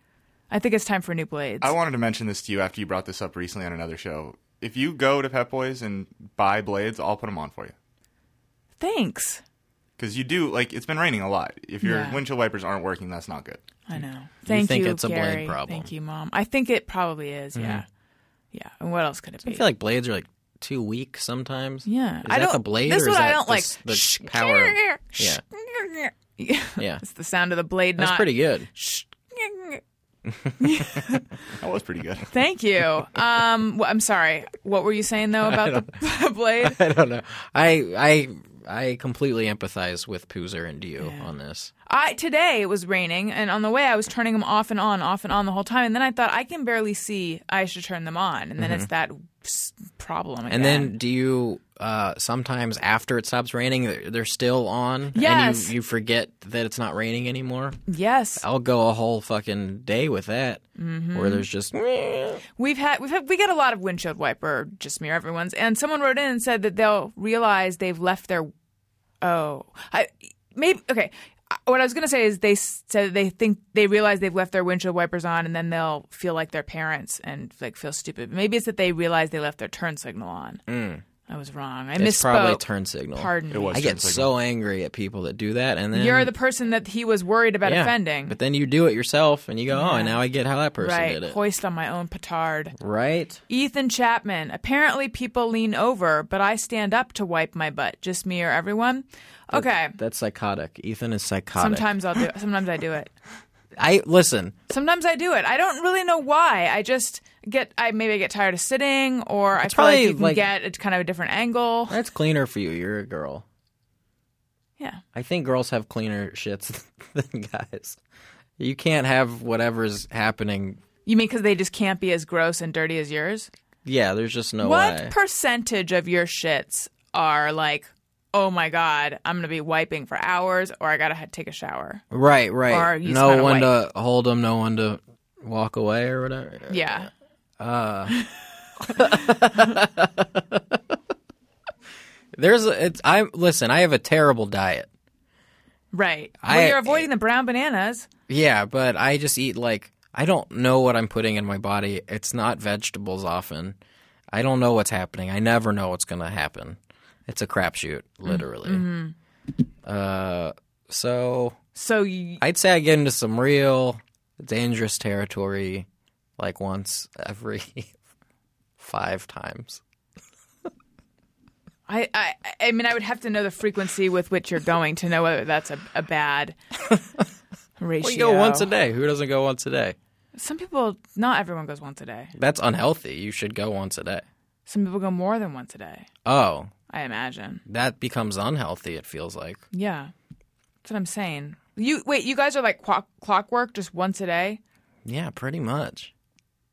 Speaker 2: I think it's time for new blades.
Speaker 3: I wanted to mention this to you after you brought this up recently on another show. If you go to Pep Boys and buy blades, I'll put them on for you.
Speaker 2: Thanks.
Speaker 3: Because you do like it's been raining a lot. If your
Speaker 2: Yeah.
Speaker 3: windshield wipers aren't working, that's not good.
Speaker 2: I know. Thank
Speaker 11: think it's a blade
Speaker 2: Gary.
Speaker 11: problem. Mm-hmm.
Speaker 2: Thank you, Mom. I think it probably is. Yeah. Yeah. And what else could it be?
Speaker 11: I feel like blades are like too weak sometimes.
Speaker 2: yeah.
Speaker 11: Is
Speaker 2: I
Speaker 11: that
Speaker 2: don't.
Speaker 11: the blade
Speaker 2: This
Speaker 11: or
Speaker 2: is what
Speaker 11: is
Speaker 2: I
Speaker 11: that
Speaker 2: don't
Speaker 11: the
Speaker 2: like.
Speaker 11: s- the
Speaker 2: Shh,
Speaker 11: power of-
Speaker 2: grr,
Speaker 11: Yeah.
Speaker 2: grr, grr.
Speaker 11: Yeah.
Speaker 2: It's the sound of the blade.
Speaker 11: That's
Speaker 2: not-
Speaker 11: pretty good.
Speaker 2: Shh, grr, grr.
Speaker 3: That was pretty good.
Speaker 2: Thank you. Um, well, I'm sorry. What were you saying though about the blade?
Speaker 11: I don't know. I I I completely empathize with Poozer and you on this.
Speaker 2: I today it was raining, and on the way I was turning them off and on, off and on the whole time. And then I thought I can barely see. I should turn them on, and then it's that s- problem. Again.
Speaker 11: Mm-hmm. And then do you uh, sometimes after it stops raining, they're they're still on?
Speaker 2: Yes.
Speaker 11: And you, you forget that it's not raining anymore?
Speaker 2: yes,
Speaker 11: I'll go a whole fucking day with that
Speaker 2: Mm-hmm.
Speaker 11: where there's just.
Speaker 2: We've had we've had, we get a lot of windshield wiper just mere everyone's, and someone wrote in and said that they'll realize they've left their. Oh, I maybe okay. I- What I was gonna say is they s- said they think they realize they've left their windshield wipers on, and then they'll feel like their parents and like feel stupid. Maybe it's that they realize they left their turn signal on. I was wrong. I
Speaker 11: Mm. It's
Speaker 2: misspoke.
Speaker 11: probably a turn signal.
Speaker 2: Pardon. me.
Speaker 11: I get so angry at people that do that, and then
Speaker 2: You're the person that he was worried about
Speaker 11: yeah,
Speaker 2: offending.
Speaker 11: But then you do it yourself, and you go, "Oh, and now I get how that person
Speaker 2: right,
Speaker 11: did it."
Speaker 2: hoist on my own petard.
Speaker 11: Right?
Speaker 2: Ethan Chapman. Apparently, people lean over, but I stand up to wipe my butt. Just me or everyone? Okay.
Speaker 11: That's psychotic. Ethan is psychotic.
Speaker 2: Sometimes I'll do it. Sometimes I do it.
Speaker 11: I listen.
Speaker 2: Sometimes I do it. I don't really know why. I just get. I maybe I get tired of sitting, or I feel
Speaker 11: probably
Speaker 2: like you can
Speaker 11: like-
Speaker 2: get a kind of a different angle.
Speaker 11: That's cleaner for you. You're a girl.
Speaker 2: Yeah.
Speaker 11: I think girls have cleaner shits than guys. You can't have whatever's happening.
Speaker 2: You mean because they just can't be as gross and dirty as yours?
Speaker 11: Yeah, there's just no
Speaker 2: what
Speaker 11: way.
Speaker 2: percentage of your shits are like? Oh my god, I'm gonna be wiping for hours, or I gotta ha- take a shower.
Speaker 11: right, right.
Speaker 2: Or you just
Speaker 11: no
Speaker 2: gotta
Speaker 11: one to hold them. No one to walk away or whatever.
Speaker 2: Yeah,
Speaker 11: There's. A, it's. I listen. I have a terrible diet.
Speaker 2: right.
Speaker 11: I-
Speaker 2: well, you're avoiding the brown bananas.
Speaker 11: Yeah, but I just eat like I don't know what I'm putting in my body. It's not vegetables often. I don't know what's happening. I never know what's going to happen. It's a crapshoot, literally. Uh, so
Speaker 2: So you,
Speaker 11: I'd say I get into some real dangerous territory, like once every five times.
Speaker 2: I, I, I mean, I would have to know the frequency with which you're going to know whether that's a, a bad ratio.
Speaker 11: Well, you go once a day. Who doesn't go once a day?
Speaker 2: Some people, not everyone goes once a day.
Speaker 11: That's unhealthy. You should go once a day.
Speaker 2: Some people go more than once a day.
Speaker 11: Oh,
Speaker 2: I imagine.
Speaker 11: that becomes unhealthy. It feels like.
Speaker 2: Yeah, that's what I'm saying. You wait. You guys are like clock, clockwork, just once a day,
Speaker 11: Yeah, pretty much.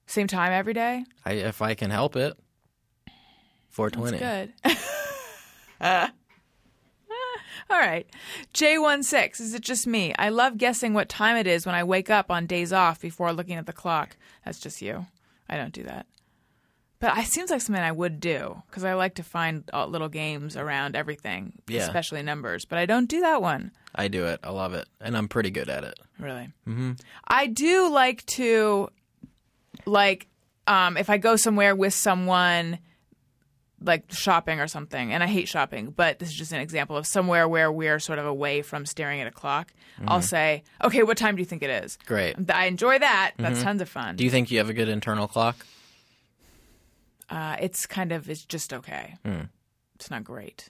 Speaker 2: same time every day.
Speaker 11: I, if I can help it. 420.
Speaker 2: Good. All right. J16, is it just me? I love guessing what time it is when I wake up on days off before looking at the clock. That's just you. I don't do that. But it seems like something I would do because I like to find uh, little games around everything,
Speaker 11: Yeah.
Speaker 2: especially numbers. But I don't do that one,
Speaker 11: I do it. I love it. And I'm pretty good at it.
Speaker 2: really. Mm-hmm. I do like to, like, um, if I go somewhere with someone, like shopping or something, and I hate shopping, but this is just an example of somewhere where we're sort of away from staring at a clock. I'll say, okay, what time do you think it is?
Speaker 11: Mm-hmm. Great. Mm-hmm.
Speaker 2: Th- I enjoy that. That's tons of fun.
Speaker 11: Do you think you have a good internal clock?
Speaker 2: uh, it's kind of, it's just okay.
Speaker 11: Mm.
Speaker 2: It's not great.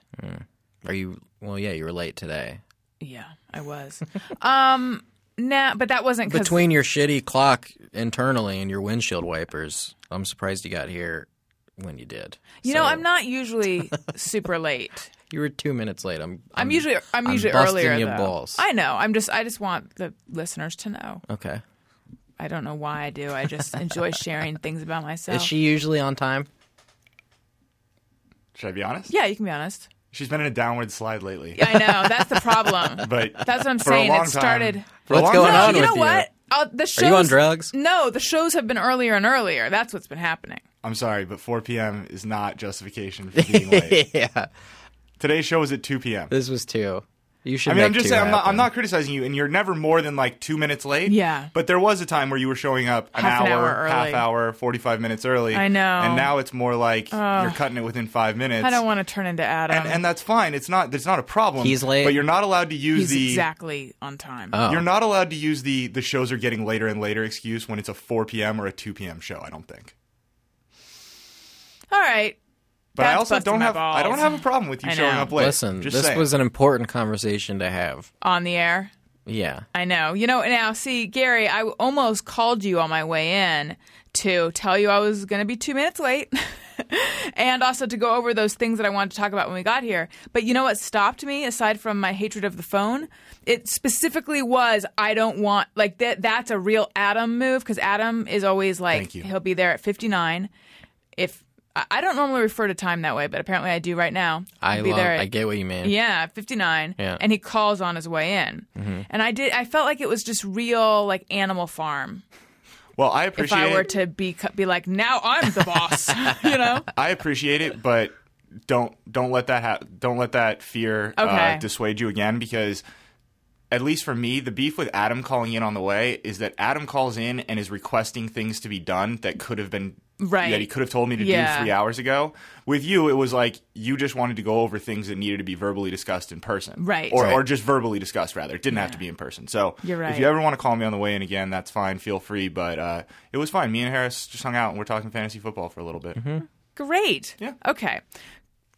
Speaker 11: Are you? Well, yeah, you were late today.
Speaker 2: Yeah, I was. um, nah, but that wasn't 'cause-
Speaker 11: Between your shitty clock internally and your windshield wipers, I'm surprised you got here when you did.
Speaker 2: You
Speaker 11: So,
Speaker 2: know, I'm not usually super late.
Speaker 11: You were two minutes late. I'm.
Speaker 2: I'm usually I'm
Speaker 11: I'm
Speaker 2: usually
Speaker 11: busting
Speaker 2: earlier
Speaker 11: your
Speaker 2: though.
Speaker 11: balls.
Speaker 2: I know. I'm just I just want the listeners to know.
Speaker 11: Okay.
Speaker 2: I don't know why I do. I just enjoy sharing things about myself.
Speaker 11: Is she usually on time?
Speaker 3: Should I be honest?
Speaker 2: yeah, you can be honest.
Speaker 3: She's been in a downward slide lately.
Speaker 2: I know that's the problem.
Speaker 3: But
Speaker 2: That's what I'm
Speaker 3: for
Speaker 2: saying.
Speaker 3: A long
Speaker 2: It started.
Speaker 3: Time, for a long
Speaker 11: What's going
Speaker 3: time-
Speaker 2: no,
Speaker 11: on
Speaker 2: you
Speaker 11: with
Speaker 2: know
Speaker 11: you?
Speaker 2: what? Uh, the shows,
Speaker 11: on drugs?
Speaker 2: No, the shows have been earlier and earlier. That's what's been happening.
Speaker 3: I'm sorry, but 4 p.m. is not justification for being late.
Speaker 11: yeah.
Speaker 3: Today's show was at 2 p.m.
Speaker 11: This was two. You should.
Speaker 3: I mean,
Speaker 11: make
Speaker 3: I'm just
Speaker 11: two
Speaker 3: saying, I'm not, I'm
Speaker 11: happen.
Speaker 3: not criticizing you, and you're never more than like two minutes late.
Speaker 2: Yeah.
Speaker 3: But there was a time where you were showing up an
Speaker 2: Half an
Speaker 3: hour,
Speaker 2: hour
Speaker 3: half
Speaker 2: early.
Speaker 3: hour, 45 minutes early.
Speaker 2: I know.
Speaker 3: And now it's more like you're cutting it within five minutes.
Speaker 2: I don't want to turn into Adam.
Speaker 3: and, and that's fine. It's not. It's not a problem.
Speaker 11: He's late.
Speaker 3: but you're not allowed to
Speaker 2: He's
Speaker 3: use the.
Speaker 2: exactly on time.
Speaker 11: Oh.
Speaker 3: You're not allowed to use the the shows are getting later and later excuse when it's a 4 p.m. or a 2 p.m. show. I don't think.
Speaker 2: All right.
Speaker 3: But I
Speaker 2: That's
Speaker 3: also
Speaker 2: busting
Speaker 3: don't
Speaker 2: my
Speaker 3: have. I
Speaker 2: balls.
Speaker 3: don't have a problem with you
Speaker 2: I
Speaker 3: showing
Speaker 2: know.
Speaker 3: up late.
Speaker 11: Listen,
Speaker 3: just
Speaker 11: this
Speaker 3: saying.
Speaker 11: was an important conversation to have.
Speaker 2: On the air.
Speaker 11: Yeah.
Speaker 2: I know. You know, now, see, Gary, I almost called you on my way in to tell you I was going to be two minutes late and also to go over those things that I wanted to talk about when we got here. But you know what stopped me, aside from my hatred of the phone? It specifically was, I don't want, like, that. that's a real Adam move because Adam is always like,
Speaker 3: Thank you.
Speaker 2: he'll be there at 59. If I- I don't normally refer to time that way, but apparently I do right now.
Speaker 11: I
Speaker 2: He'll be
Speaker 11: love.
Speaker 2: there at-
Speaker 11: I get what you mean.
Speaker 2: yeah, 59.
Speaker 11: Yeah.
Speaker 2: And he calls on his way in.
Speaker 3: Mm-hmm.
Speaker 2: And I did I felt like it was just real like Animal Farm.
Speaker 3: well, I
Speaker 2: If
Speaker 3: appreciate.
Speaker 2: I were to be be like now I'm the boss, you know?
Speaker 3: I appreciate it, but don't don't let that ha- don't let that fear
Speaker 2: Okay.
Speaker 3: uh, dissuade you again because at least for me, the beef with Adam calling in on the way is that Adam calls in and is requesting things to be done that could have been
Speaker 2: Right.
Speaker 3: that he could have told me to
Speaker 2: Yeah.
Speaker 3: do three hours ago. With you, it was like you just wanted to go over things that needed to be verbally discussed in person,
Speaker 2: Right.
Speaker 3: Or, or
Speaker 11: Right.
Speaker 3: just verbally discussed rather. It didn't have to be in person. So
Speaker 2: You're
Speaker 3: If
Speaker 2: right.
Speaker 3: you ever want to call me on the way in again, that's fine. Feel free, but uh, it was fine. Me and Harris just hung out and we're talking fantasy football for a little bit.
Speaker 2: Great.
Speaker 3: Yeah.
Speaker 2: Okay.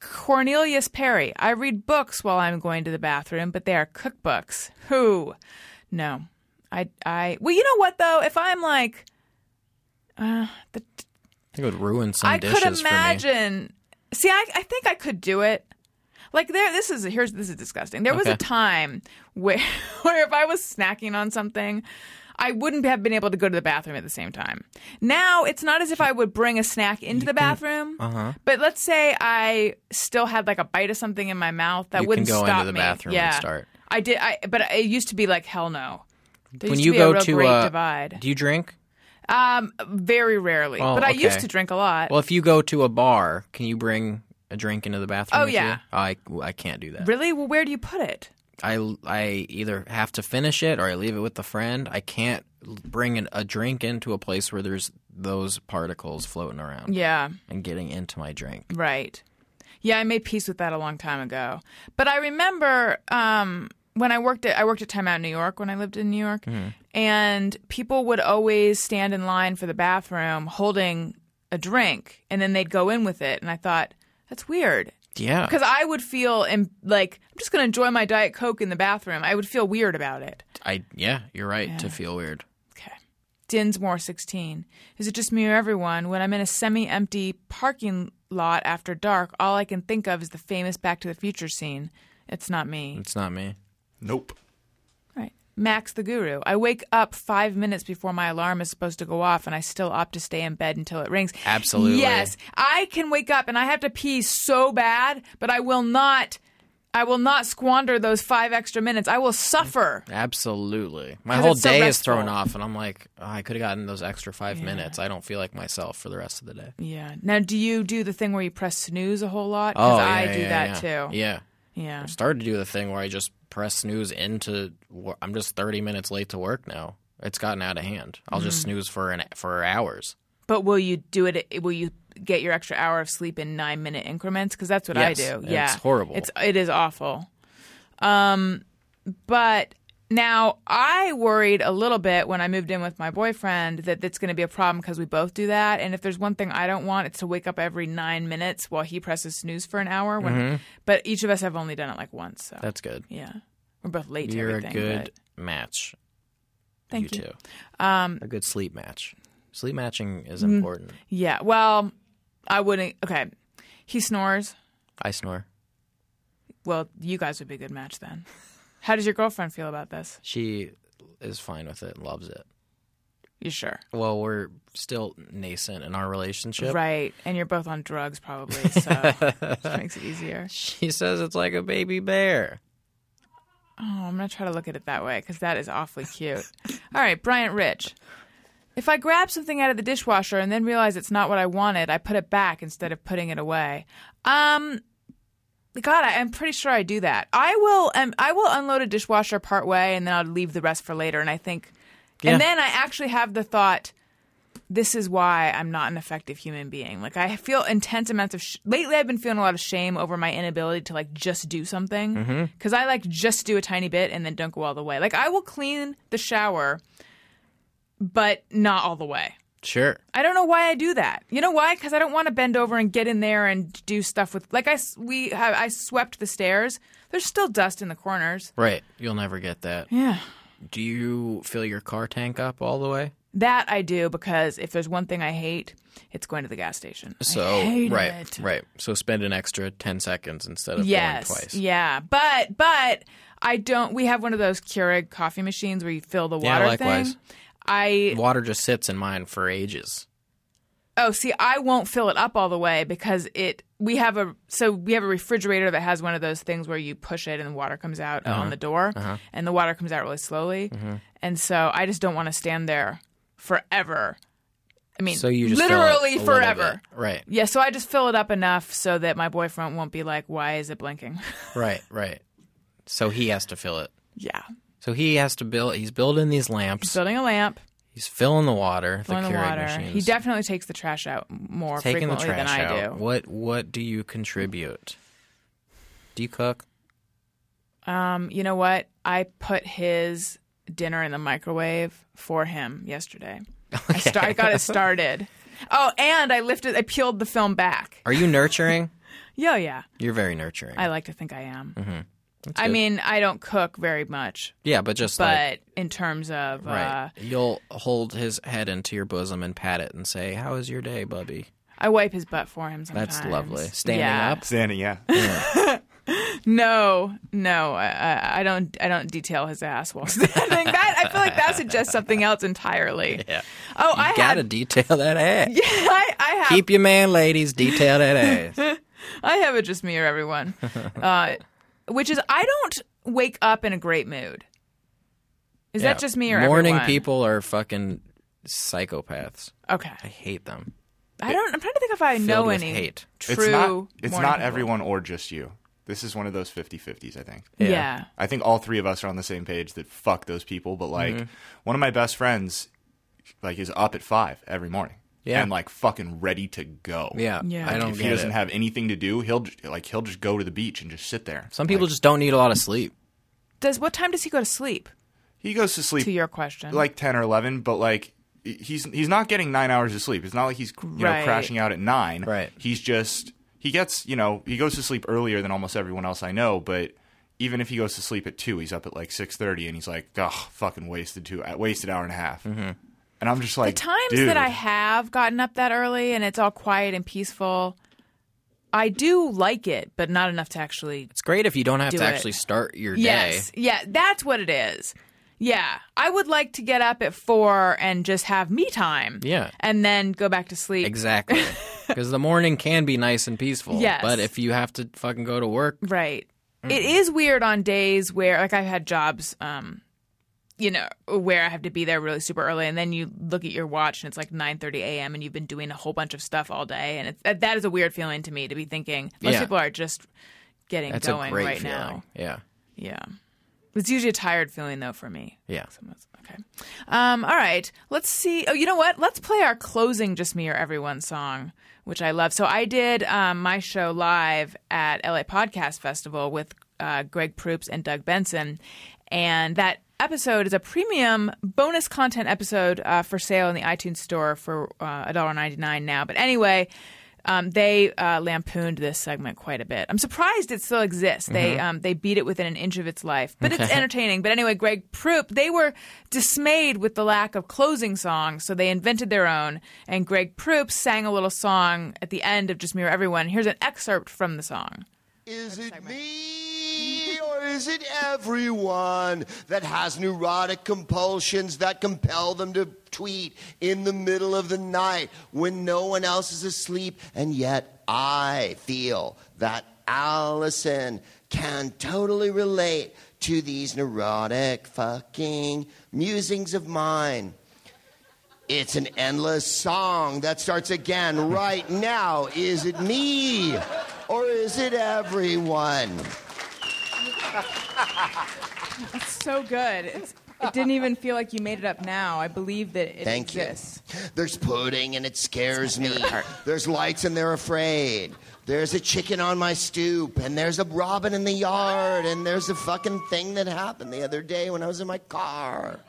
Speaker 2: Cornelius Perry. I read books while I'm going to the bathroom, but they are cookbooks. Who? No. I I Well, you know what though? If I'm like
Speaker 11: I think it would ruin some
Speaker 2: I
Speaker 11: dishes
Speaker 2: could
Speaker 11: for me.
Speaker 2: imagine. See, I, I think I could do it. Like there, this is here's this is disgusting. There was a
Speaker 11: Okay.
Speaker 2: time where where if I was snacking on something, I wouldn't have been able to go to the bathroom at the same time. Now it's not as if I would bring a snack into the bathroom,
Speaker 11: uh-huh.
Speaker 2: but let's say I still had like a bite of something in my mouth that
Speaker 11: You can
Speaker 2: wouldn't
Speaker 11: go into
Speaker 2: stop
Speaker 11: the
Speaker 2: me.
Speaker 11: bathroom and
Speaker 2: yeah.
Speaker 11: start.
Speaker 2: I did, I but it used to be like hell no. There
Speaker 11: When
Speaker 2: used
Speaker 11: you
Speaker 2: to be
Speaker 11: go
Speaker 2: a real
Speaker 11: to
Speaker 2: great
Speaker 11: uh,
Speaker 2: divide,
Speaker 11: do you drink?
Speaker 2: um, very rarely.
Speaker 11: Oh,
Speaker 2: but I used
Speaker 11: okay.
Speaker 2: to drink a lot.
Speaker 11: Well, if you go to a bar, can you bring a drink into the bathroom?
Speaker 2: Oh,
Speaker 11: with
Speaker 2: yeah.
Speaker 11: you? I I can't do that.
Speaker 2: really? Well, where do you put it?
Speaker 11: I I either have to finish it or I leave it with a friend. I can't l- bring an, a drink into a place where there's those particles floating around
Speaker 2: Yeah.
Speaker 11: and getting into my drink.
Speaker 2: Right. Yeah, I made peace with that a long time ago. But I remember um, when I worked at I worked at Time Out in New York when I lived in New York, and people would always stand in line for the bathroom holding a drink, and then they'd go in with it, and I thought that's weird
Speaker 11: Yeah.
Speaker 2: because I would feel em- like I'm just going to enjoy my diet coke in the bathroom. I would feel weird about it.
Speaker 11: I yeah, you're right to feel weird.
Speaker 2: Okay. Dinsmore 16. Is it just me or everyone? When I'm in a semi empty parking lot after dark, all I can think of is the famous Back to the Future scene. It's not me.
Speaker 11: It's not me.
Speaker 3: Nope.
Speaker 2: Right. Max the Guru. I wake up five minutes before my alarm is supposed to go off, and I still opt to stay in bed until it rings.
Speaker 11: Absolutely.
Speaker 2: Yes, I can wake up and I have to pee so bad, but I will not. I will not squander those five extra minutes. I will suffer.
Speaker 11: Absolutely. My
Speaker 2: 'Cause
Speaker 11: whole
Speaker 2: it's so
Speaker 11: day is
Speaker 2: restful.
Speaker 11: thrown off and I'm like, oh, I could have gotten those extra 5 minutes. I don't feel like myself for the rest of the day.
Speaker 2: Yeah. Now, do you do the thing where you press snooze a whole lot?
Speaker 11: Oh,
Speaker 2: Because I
Speaker 11: yeah,
Speaker 2: do
Speaker 11: yeah,
Speaker 2: that
Speaker 11: yeah.
Speaker 2: too.
Speaker 11: Yeah.
Speaker 2: Yeah.
Speaker 11: started to do the thing where I just press snooze into. wor-
Speaker 2: Mm-hmm.
Speaker 11: I'm just 30 minutes late to work now. It's gotten out of hand. I'll just snooze for an for hours.
Speaker 2: But will you do it? Will you get your extra hour of sleep in nine minute increments? Because that's what
Speaker 11: Yes,
Speaker 2: I do.
Speaker 11: and
Speaker 2: Yeah,
Speaker 11: it's horrible.
Speaker 2: It's it is awful. Um, but now I worried a little bit when I moved in with my boyfriend that that's going to be a problem because we both do that. And if there's one thing I don't want, it's to wake up every nine minutes while he presses snooze for an hour. When,
Speaker 11: Mhm.
Speaker 2: but each of us have only done it like once. So
Speaker 11: That's good.
Speaker 2: yeah, we're both late. to
Speaker 11: You're a
Speaker 2: everything,
Speaker 11: good
Speaker 2: but-
Speaker 11: match.
Speaker 2: Thank
Speaker 11: you,
Speaker 2: you.
Speaker 11: two.
Speaker 2: Um,
Speaker 11: a good sleep match. Sleep matching is
Speaker 2: Mm.
Speaker 11: important.
Speaker 2: Yeah. Well, I wouldn't. Okay. He snores.
Speaker 11: I snore.
Speaker 2: Well, you guys would be a good match then. How does your girlfriend feel about this?
Speaker 11: She is fine with it and loves it.
Speaker 2: You sure?
Speaker 11: Well, we're still nascent in our relationship.
Speaker 2: Right. And you're both on drugs, probably. So which makes it easier.
Speaker 11: She says it's like a baby bear.
Speaker 2: Oh, I'm going to try to look at it that way because that is awfully cute. All right, Bryant Rich. If I grab something out of the dishwasher and then realize it's not what I wanted, I put it back instead of putting it away. Um, God, I, I'm pretty sure I do that. I will. Um, I will unload a dishwasher part way, and then I'll leave the rest for later. And I think,
Speaker 11: Yeah.
Speaker 2: and then I actually have the thought. This is why I'm not an effective human being. Like I feel intense amounts of. Sh- Lately, I've been feeling a lot of shame over my inability to like just do something
Speaker 11: Mhm.
Speaker 2: because I like just do a tiny bit and then don't go all the way. Like I will clean the shower, but not all the way.
Speaker 11: Sure.
Speaker 2: I don't know why I do that. You know why? Because I don't want to bend over and get in there and do stuff with. Like I s- we have, I swept the stairs. There's still dust in the corners.
Speaker 11: Right. You'll never get that.
Speaker 2: Yeah.
Speaker 11: Do you fill your car tank up all the way?
Speaker 2: That I do because if there's one thing I hate, it's going to the gas station. I
Speaker 11: So
Speaker 2: hate
Speaker 11: right,
Speaker 2: it.
Speaker 11: right. So spend an extra ten seconds instead of
Speaker 2: yes,
Speaker 11: going twice.
Speaker 2: yeah, but but I don't. We have one of those Keurig coffee machines where you fill the
Speaker 11: Yeah,
Speaker 2: water
Speaker 11: likewise.
Speaker 2: thing. I
Speaker 11: Water just sits in mine for ages.
Speaker 2: Oh, see, I won't fill it up all the way because it we have a so we have a refrigerator that has one of those things where you push it and the water comes out
Speaker 11: Uh-huh.
Speaker 2: on the door
Speaker 11: Uh-huh.
Speaker 2: and the water comes out really slowly.
Speaker 11: Mhm.
Speaker 2: And so I just don't want to stand there forever. I mean,
Speaker 11: so you just fill it
Speaker 2: literally
Speaker 11: a little
Speaker 2: forever.
Speaker 11: bit. Right,
Speaker 2: Yeah, so I just fill it up enough so that my boyfriend won't be like, "Why is it blinking?"
Speaker 11: right, right. So he has to fill it.
Speaker 2: yeah.
Speaker 11: So he has to build. He's building these lamps.
Speaker 2: He's building a lamp,
Speaker 11: He's filling the water.
Speaker 2: filling
Speaker 11: the
Speaker 2: the,
Speaker 11: Keurig
Speaker 2: water.
Speaker 11: machines.
Speaker 2: He definitely takes the trash out more
Speaker 11: taking the
Speaker 2: frequently
Speaker 11: trash
Speaker 2: than I
Speaker 11: out.
Speaker 2: do.
Speaker 11: What What do you contribute? Do you cook?
Speaker 2: Um, you know what? I put his dinner in the microwave for him yesterday. I, sta- I got it started. Oh, and I lifted, I peeled the film back.
Speaker 11: Are you nurturing?
Speaker 2: Yeah, yeah.
Speaker 11: You're very nurturing.
Speaker 2: I like to think I am.
Speaker 11: hmm
Speaker 2: I mean, I don't cook very much,
Speaker 11: yeah, but just like
Speaker 2: but in terms of uh,
Speaker 11: right, you'll hold his head into your bosom and pat it and say, "How was your day, Bubby?"
Speaker 2: I wipe his butt for him sometimes.
Speaker 11: That's lovely. Standing
Speaker 2: Yeah.
Speaker 11: up.
Speaker 3: Standing, yeah.
Speaker 2: No, no, I- I, I don't. I don't detail his ass while standing. That I feel like that suggests something else entirely.
Speaker 11: Yeah.
Speaker 2: Oh,
Speaker 11: You
Speaker 2: I
Speaker 11: gotta
Speaker 2: had.
Speaker 11: detail that ass.
Speaker 2: Yeah, I, I have.
Speaker 11: Keep your man, ladies. Detail that ass.
Speaker 2: I have it just me or everyone, uh, which is I don't wake up in a great mood. Is
Speaker 11: Yeah.
Speaker 2: that just me or
Speaker 11: morning
Speaker 2: everyone?
Speaker 11: people are fucking psychopaths?
Speaker 2: Okay,
Speaker 11: I hate them.
Speaker 2: I don't. I'm trying to think if I
Speaker 11: Filled
Speaker 2: know
Speaker 11: with
Speaker 2: any
Speaker 11: hate.
Speaker 2: true.
Speaker 3: It's not, it's
Speaker 2: morning
Speaker 3: not
Speaker 2: people.
Speaker 3: everyone or just you. This is one of those 50 50s, I think.
Speaker 2: Yeah.
Speaker 3: I think all three of us are on the same page that fuck those people. But
Speaker 11: Mm-hmm.
Speaker 3: like, one of my best friends, like, is up at five every morning.
Speaker 11: Yeah.
Speaker 3: and like fucking ready to go.
Speaker 11: Yeah,
Speaker 2: Yeah.
Speaker 11: I don't
Speaker 3: if
Speaker 11: get
Speaker 3: he doesn't
Speaker 11: it.
Speaker 3: have anything to do, he'll j- like he'll just go to the beach and just sit there.
Speaker 11: Some people just don't need a lot of sleep.
Speaker 2: Does what time does he go to sleep?
Speaker 3: he goes to sleep
Speaker 2: To your question,
Speaker 3: like ten or eleven, but like he's he's not getting nine hours of sleep. It's not like he's you
Speaker 2: Right.
Speaker 3: know crashing out at nine.
Speaker 11: Right.
Speaker 3: He's just he gets you know he goes to sleep earlier than almost everyone else I know, but. Even if he goes to sleep at two, he's up at like six thirty, and he's like, "Oh, fucking wasted two, wasted hour and a half." Mm-hmm. And I'm just
Speaker 2: the
Speaker 3: like,
Speaker 2: times
Speaker 3: Dude,
Speaker 2: that I have gotten up that early and it's all quiet and peaceful, I do like it, but not enough to actually
Speaker 11: It's great if you don't have
Speaker 2: Do
Speaker 11: to
Speaker 2: it.
Speaker 11: actually start your
Speaker 2: Yes.
Speaker 11: day.
Speaker 2: Yeah, that's what it is. Yeah. I would like to get up at four and just have me time.
Speaker 11: Yeah.
Speaker 2: And then go back to sleep.
Speaker 11: Exactly. Because the morning can be nice and peaceful.
Speaker 2: Yes.
Speaker 11: But if you have to fucking go to work,
Speaker 2: Right.
Speaker 11: Mm-hmm.
Speaker 2: It is weird on days where, like, I've had jobs, um, you know, where I have to be there really super early, and then you look at your watch and it's like 9:30 a.m. and you've been doing a whole bunch of stuff all day, and it, that, that is a weird feeling to me to be thinking. Most
Speaker 11: Yeah.
Speaker 2: people are just getting
Speaker 11: that's a
Speaker 2: going
Speaker 11: great
Speaker 2: right
Speaker 11: feeling.
Speaker 2: now.
Speaker 11: Yeah.
Speaker 2: Yeah. It's usually a tired feeling though for me.
Speaker 11: Yeah.
Speaker 2: Sometimes- Okay. Um, all right. Let's see. Oh, you know what? Let's play our closing "Just Me or Everyone" song, which I love. So I did um, my show live at LA Podcast Festival with uh, Greg Proops and Doug Benson, and that episode is a premium bonus content episode uh, for sale in the iTunes store for uh, $1.99 now. But anyway. Um, they uh, lampooned this segment quite a bit. I'm surprised it still exists. They um, they beat it within an inch of its life, but it's entertaining. But anyway, Greg Proop, they were dismayed with the lack of closing songs, so they invented their own. And Greg Proop sang a little song at the end of Just Mirror Everyone. Here's an excerpt from the song.
Speaker 4: Is it me or is it everyone that has neurotic compulsions that compel them to tweet in the middle of the night when no one else is asleep? And yet I feel that Allison can totally relate to these neurotic fucking musings of mine. It's an endless song that starts again right now. Is it me or is it everyone?
Speaker 2: It's so good. It's, it didn't even feel like you made it up. Now I believe that it
Speaker 4: Thank you.
Speaker 2: exists.
Speaker 4: There's pudding and it scares me. There's lights and they're afraid. There's a chicken on my stoop and there's a robin in the yard and there's a fucking thing that happened the other day when I was in my car.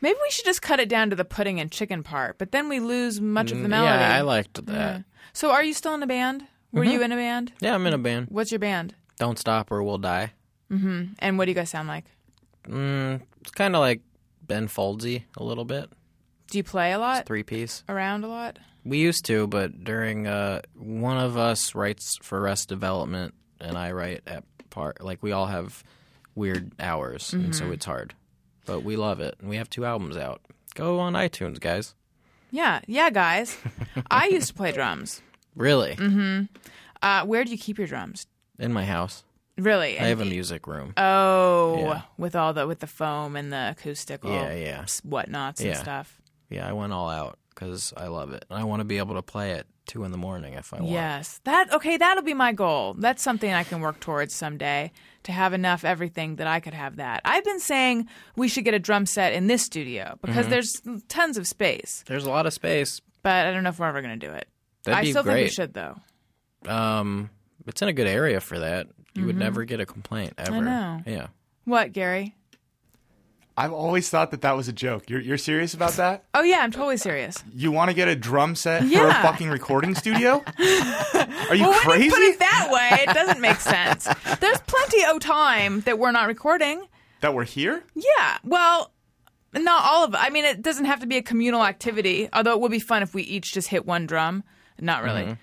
Speaker 2: Maybe we should just cut it down to the pudding and chicken part, but then we lose much of the
Speaker 11: Mm,
Speaker 2: melody.
Speaker 11: Yeah, I Mm-hmm. liked that.
Speaker 2: So, are you still in a band? Were you in a band?
Speaker 11: Yeah, I'm in a band.
Speaker 2: What's your band?
Speaker 11: Don't stop or we'll die.
Speaker 2: Mm-hmm. And what do you guys sound like?
Speaker 11: Mm, it's kind of like Ben Foldsy a little bit.
Speaker 2: Do you play a lot?
Speaker 11: Three piece.
Speaker 2: Around a lot?
Speaker 11: We used to, but during uh, one of us writes for Rest Development, and I write at part. Like we all have weird hours, and
Speaker 2: Mm-hmm.
Speaker 11: so it's hard. But we love it, and we have two albums out. Go on iTunes, guys.
Speaker 2: Yeah, yeah, guys. I used to play drums.
Speaker 11: Really,
Speaker 2: Mm-hmm. Uh, where do you keep your drums?
Speaker 11: in my house,
Speaker 2: Really?
Speaker 11: I have a
Speaker 2: And-
Speaker 11: music room.
Speaker 2: Oh,
Speaker 11: Yeah.
Speaker 2: with all the with the foam and the acoustical,
Speaker 11: Yeah, yeah.
Speaker 2: s- whatnots and
Speaker 11: Yeah.
Speaker 2: stuff.
Speaker 11: yeah, I went all out because I love it, and I want to be able to play at two in the morning if I want.
Speaker 2: Yes, that okay. That'll be my goal. That's something I can work towards someday to have enough everything that I could have that. I've been saying we should get a drum set in this studio
Speaker 11: Mm-hmm.
Speaker 2: because there's tons of space,
Speaker 11: There's a lot of space.
Speaker 2: but I don't know if we're ever going to do it.
Speaker 11: That'd
Speaker 2: I
Speaker 11: be
Speaker 2: still think we
Speaker 11: great.
Speaker 2: should though.
Speaker 11: Um, it's in a good area for that. You would never get a complaint ever.
Speaker 2: Mm-hmm. know.
Speaker 11: Yeah.
Speaker 2: What, Gary?
Speaker 3: I've always thought that that was a joke. You're, you're serious about that?
Speaker 2: Oh yeah, I'm totally serious.
Speaker 3: You want to get a drum set for
Speaker 2: Yeah.
Speaker 3: a fucking recording studio? Are you
Speaker 2: Well, when
Speaker 3: crazy?
Speaker 2: you put it that way, it doesn't make sense. There's plenty of time that we're not recording.
Speaker 3: that we're here?
Speaker 2: Yeah. Well, not all of it. I mean, it doesn't have to be a communal activity, although it would be fun if we each just hit one drum. Not really.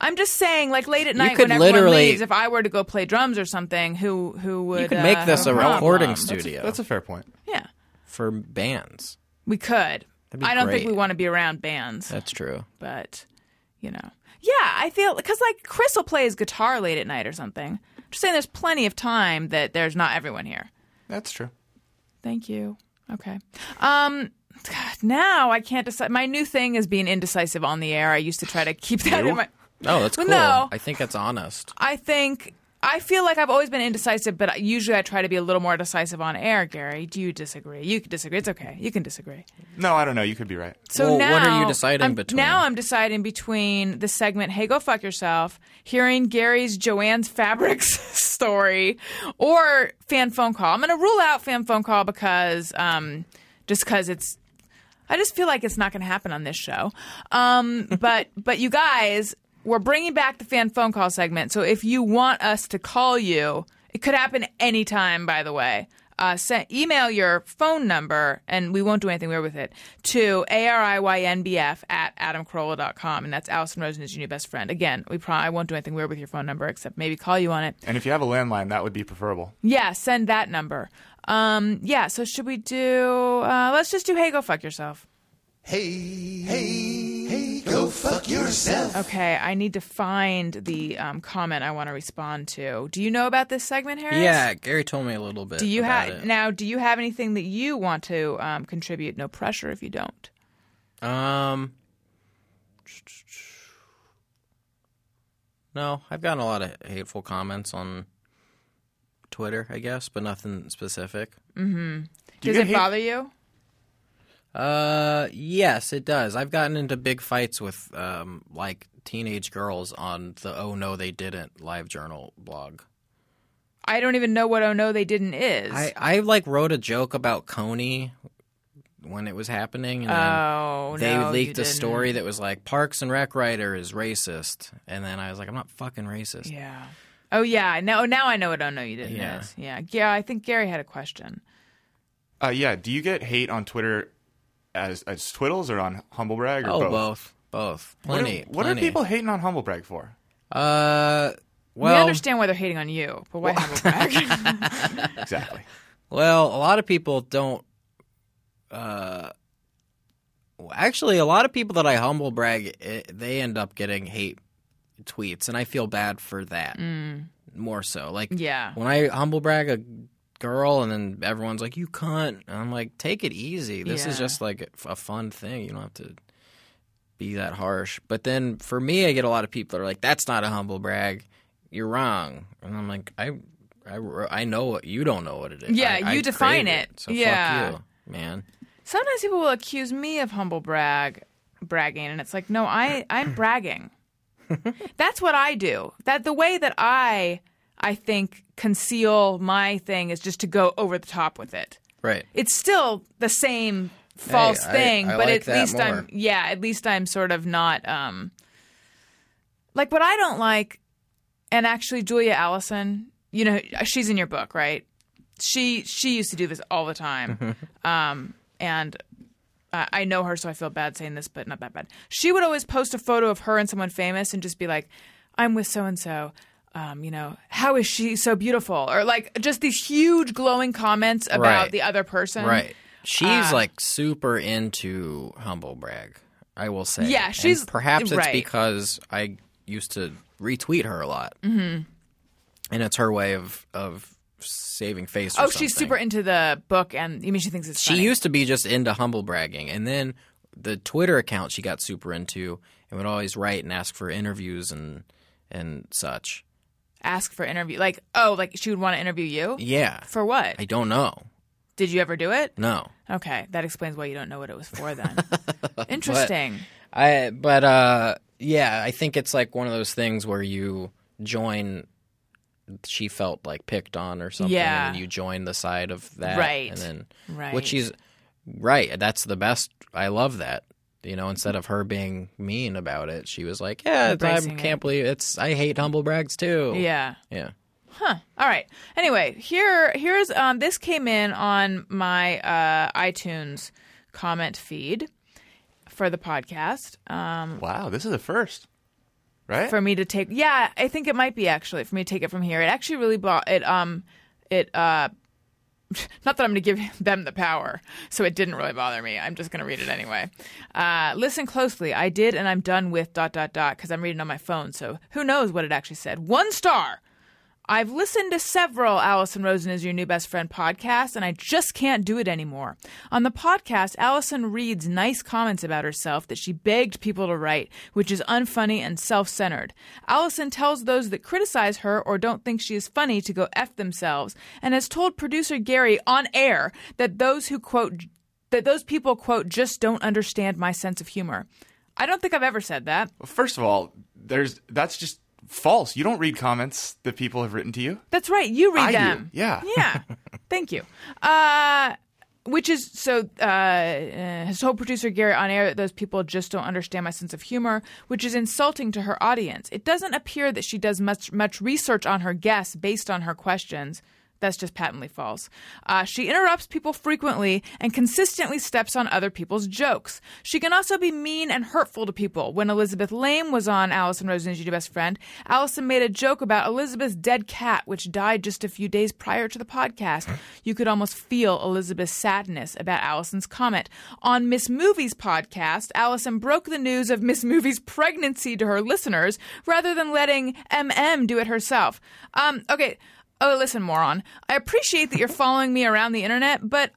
Speaker 2: I'm just saying, like late at night
Speaker 11: Mm-hmm. could
Speaker 2: when everyone
Speaker 11: literally-
Speaker 2: leaves, if I were to go play drums or something, who who would
Speaker 11: You could make
Speaker 2: uh,
Speaker 11: this
Speaker 2: have
Speaker 11: a
Speaker 2: problem?
Speaker 11: recording studio
Speaker 3: That's a fair point.
Speaker 2: Yeah,
Speaker 11: for bands.
Speaker 2: we could.
Speaker 11: That'd be
Speaker 2: I don't
Speaker 11: great.
Speaker 2: think we want to be around bands,
Speaker 11: That's true.
Speaker 2: but you know, yeah, I feel because like Chris will play his guitar late at night or something. I'm just saying, there's plenty of time that there's not everyone here.
Speaker 3: That's true.
Speaker 2: Thank you. Okay. Um God, now I can't decide. My new thing is being indecisive on the air. I used to try to keep that in my.
Speaker 11: No, Oh, that's
Speaker 2: Well,
Speaker 11: cool.
Speaker 2: no.
Speaker 11: I think that's honest.
Speaker 2: I think I feel like I've always been indecisive, but I- usually I try to be a little more decisive on air. Gary, do you disagree? You can disagree. It's okay. You can disagree.
Speaker 3: No, I don't know. You could be right.
Speaker 2: So
Speaker 11: Well,
Speaker 2: now,
Speaker 11: what are you deciding
Speaker 2: I'm-
Speaker 11: between?
Speaker 2: Now I'm deciding between the segment "Hey, go fuck yourself," hearing Gary's Joanne's Fabrics story, or fan phone call. I'm going to rule out fan phone call because um, just because it's. I just feel like it's not going to happen on this show. Um, but but you guys, we're bringing back the fan phone call segment. So if you want us to call you, it could happen anytime. By the way. Uh, send, email your phone number, and we won't do anything weird with it, to ariynbf at adamcarolla.com. And that's Allison Rosen is your new best friend. Again, we pro- I won't do anything weird with your phone number except maybe call you on it.
Speaker 3: And if you have a landline, that would be preferable.
Speaker 2: Yeah, send that number. Um, yeah, so should we do, uh, let's just do Hey, Go Fuck Yourself.
Speaker 4: Hey, hey, hey, go fuck yourself.
Speaker 2: Okay, I need to find the um, comment I want to respond to. Do you know about this segment, Harris?
Speaker 11: Yeah, Gary told me a little bit.
Speaker 2: Do you
Speaker 11: about
Speaker 2: have now? Do you have anything that you want to um, contribute? No pressure if you don't.
Speaker 11: it. Um. No, I've gotten a lot of hateful comments on Twitter, I guess, but nothing specific.
Speaker 2: Mm-hmm.
Speaker 11: Do you
Speaker 2: Does it
Speaker 11: get hate-
Speaker 2: bother you?
Speaker 11: Uh, yes, it does. I've gotten into big fights with um like teenage girls on the Oh No They Didn't live journal blog.
Speaker 2: I don't even know what oh no they didn't is.
Speaker 11: I I like wrote a joke about Coney when it was happening and then
Speaker 2: Oh,
Speaker 11: they
Speaker 2: no,
Speaker 11: leaked
Speaker 2: you
Speaker 11: a
Speaker 2: didn't.
Speaker 11: story that was like Parks and Rec writer is racist and then I was like I'm not fucking racist.
Speaker 2: yeah. Oh yeah. Now now I know what oh no you didn't
Speaker 11: Yeah.
Speaker 2: is. Yeah. Yeah. I think Gary had a question.
Speaker 3: Uh, yeah. Do you get hate on Twitter as as twiddles or on humblebrag or
Speaker 11: Oh,
Speaker 3: both?
Speaker 11: both. Both.
Speaker 3: What are-
Speaker 11: Plenty,
Speaker 3: What are,
Speaker 11: plenty.
Speaker 3: people hating on humblebrag for?
Speaker 11: Uh,
Speaker 2: we
Speaker 11: well,
Speaker 2: understand why they're hating on you, but why have back?
Speaker 3: exactly.
Speaker 11: Well, a lot of people don't. Uh, well, actually, a lot of people that I humble brag, it, they end up getting hate tweets, and I feel bad for that
Speaker 2: Mm.
Speaker 11: more so. Like,
Speaker 2: Yeah.
Speaker 11: when I humble brag a girl, and then everyone's like, "You cunt," and I'm like, "Take it easy. This is
Speaker 2: Yeah.
Speaker 11: just like a fun thing. You don't have to." Be that harsh, but then for me, I get a lot of people that are like, "That's not a humble brag. You're wrong," and I'm like, "I, I, I know what you don't know what it is.
Speaker 2: Yeah,
Speaker 11: I- I
Speaker 2: you define
Speaker 11: created
Speaker 2: it.
Speaker 11: So
Speaker 2: Yeah.
Speaker 11: fuck you, man.
Speaker 2: Sometimes people will accuse me of humble brag, bragging, and it's like, no, I, I'm bragging. That's what I do. That the way that I, I think, conceal my thing is just to go over the top with it.
Speaker 11: Right.
Speaker 2: It's still the same false
Speaker 11: I-
Speaker 2: thing,
Speaker 11: I
Speaker 2: but
Speaker 11: like
Speaker 2: at
Speaker 11: that
Speaker 2: least
Speaker 11: more.
Speaker 2: I'm, yeah, at least I'm sort of not, um, like what I don't like, and actually Julia Allison, you know, she's in your book, right? She she used to do this all the time, um, and uh, I know her, so I feel bad saying this, but not that bad. She would always post a photo of her and someone famous, and just be like, "I'm with so and so." Um, you know, how is she so beautiful? Or like just these huge glowing comments about
Speaker 11: Right.
Speaker 2: the other person.
Speaker 11: Right. She's
Speaker 2: um, Uh,
Speaker 11: like super into humble brag. I will say.
Speaker 2: Yeah,
Speaker 11: And
Speaker 2: she's-
Speaker 11: perhaps it's
Speaker 2: right.
Speaker 11: because I used to retweet her a lot,
Speaker 2: Mhm.
Speaker 11: and it's her way of of saving face.
Speaker 2: Oh,
Speaker 11: or
Speaker 2: she's
Speaker 11: something.
Speaker 2: super into the book, and you mean she thinks it's
Speaker 11: She used to be just into humble bragging, and then the Twitter account she got super into, and would always write and ask for interviews and and such.
Speaker 2: ask for interview. Like, oh, like she would want to interview you?
Speaker 11: Yeah.
Speaker 2: For what?
Speaker 11: I don't know.
Speaker 2: Did you ever do it?
Speaker 11: No.
Speaker 2: Okay, that explains why you don't know what it was for then. Interesting.
Speaker 11: But, I but uh yeah, I think it's like one of those things where you join she felt like picked on or something
Speaker 2: Yeah.
Speaker 11: and then you join the side of that
Speaker 2: Right.
Speaker 11: and then
Speaker 2: Right.
Speaker 11: which she's right, that's the best. I love that. You know, instead of her being mean about it, she was like, "Yeah, I
Speaker 2: Embracing
Speaker 11: can't
Speaker 2: it.
Speaker 11: believe it's. I hate humble brags too."
Speaker 2: Yeah.
Speaker 11: yeah.
Speaker 2: Huh. All right. Anyway, here here's um this came in on my uh iTunes comment feed for the podcast. Um
Speaker 3: Wow, this is a first, right?
Speaker 2: for me to take yeah i think it might be actually for me to take it from here it actually really bought it um it uh not that I'm going to give them the power, so it didn't really bother me. I'm just going to read it anyway. Uh, listen closely. I did, and I'm done with dot dot dot because I'm reading on my phone, so who knows what it actually said. One star. I've listened to several Allison Rosen is Your New Best Friend podcasts, and I just can't do it anymore. On the podcast, Allison reads nice comments about herself that she begged people to write, which is unfunny and self centered. Allison tells those that criticize her or don't think she is funny to go F themselves, and has told producer Gary on air that those who quote, that those people quote, just don't understand my sense of humor. I don't think I've ever said that.
Speaker 3: First of all, there's that's just false. You don't read comments that people have written to you.
Speaker 2: That's right. You read
Speaker 3: I do.
Speaker 2: them.
Speaker 3: Yeah.
Speaker 2: Yeah. Thank you. Uh, which is so uh, uh, has told producer Garrett on air that those people just don't understand my sense of humor, which is insulting to her audience. It doesn't appear that she does much much research on her guests based on her questions. That's just patently false. Uh, she interrupts people frequently and consistently steps on other people's jokes. She can also be mean and hurtful to people. When Elizabeth Lame was on Allison Rosen's Your Best Friend, Allison made a joke about Elizabeth's dead cat, which died just a few days prior to the podcast. You could almost feel Elizabeth's sadness about Allison's comment. On Miss Movie's podcast, Allison broke the news of Miss Movie's pregnancy to her listeners rather than letting MM do it herself. Um, okay. Oh, listen, moron. I appreciate that you're following me around the internet, but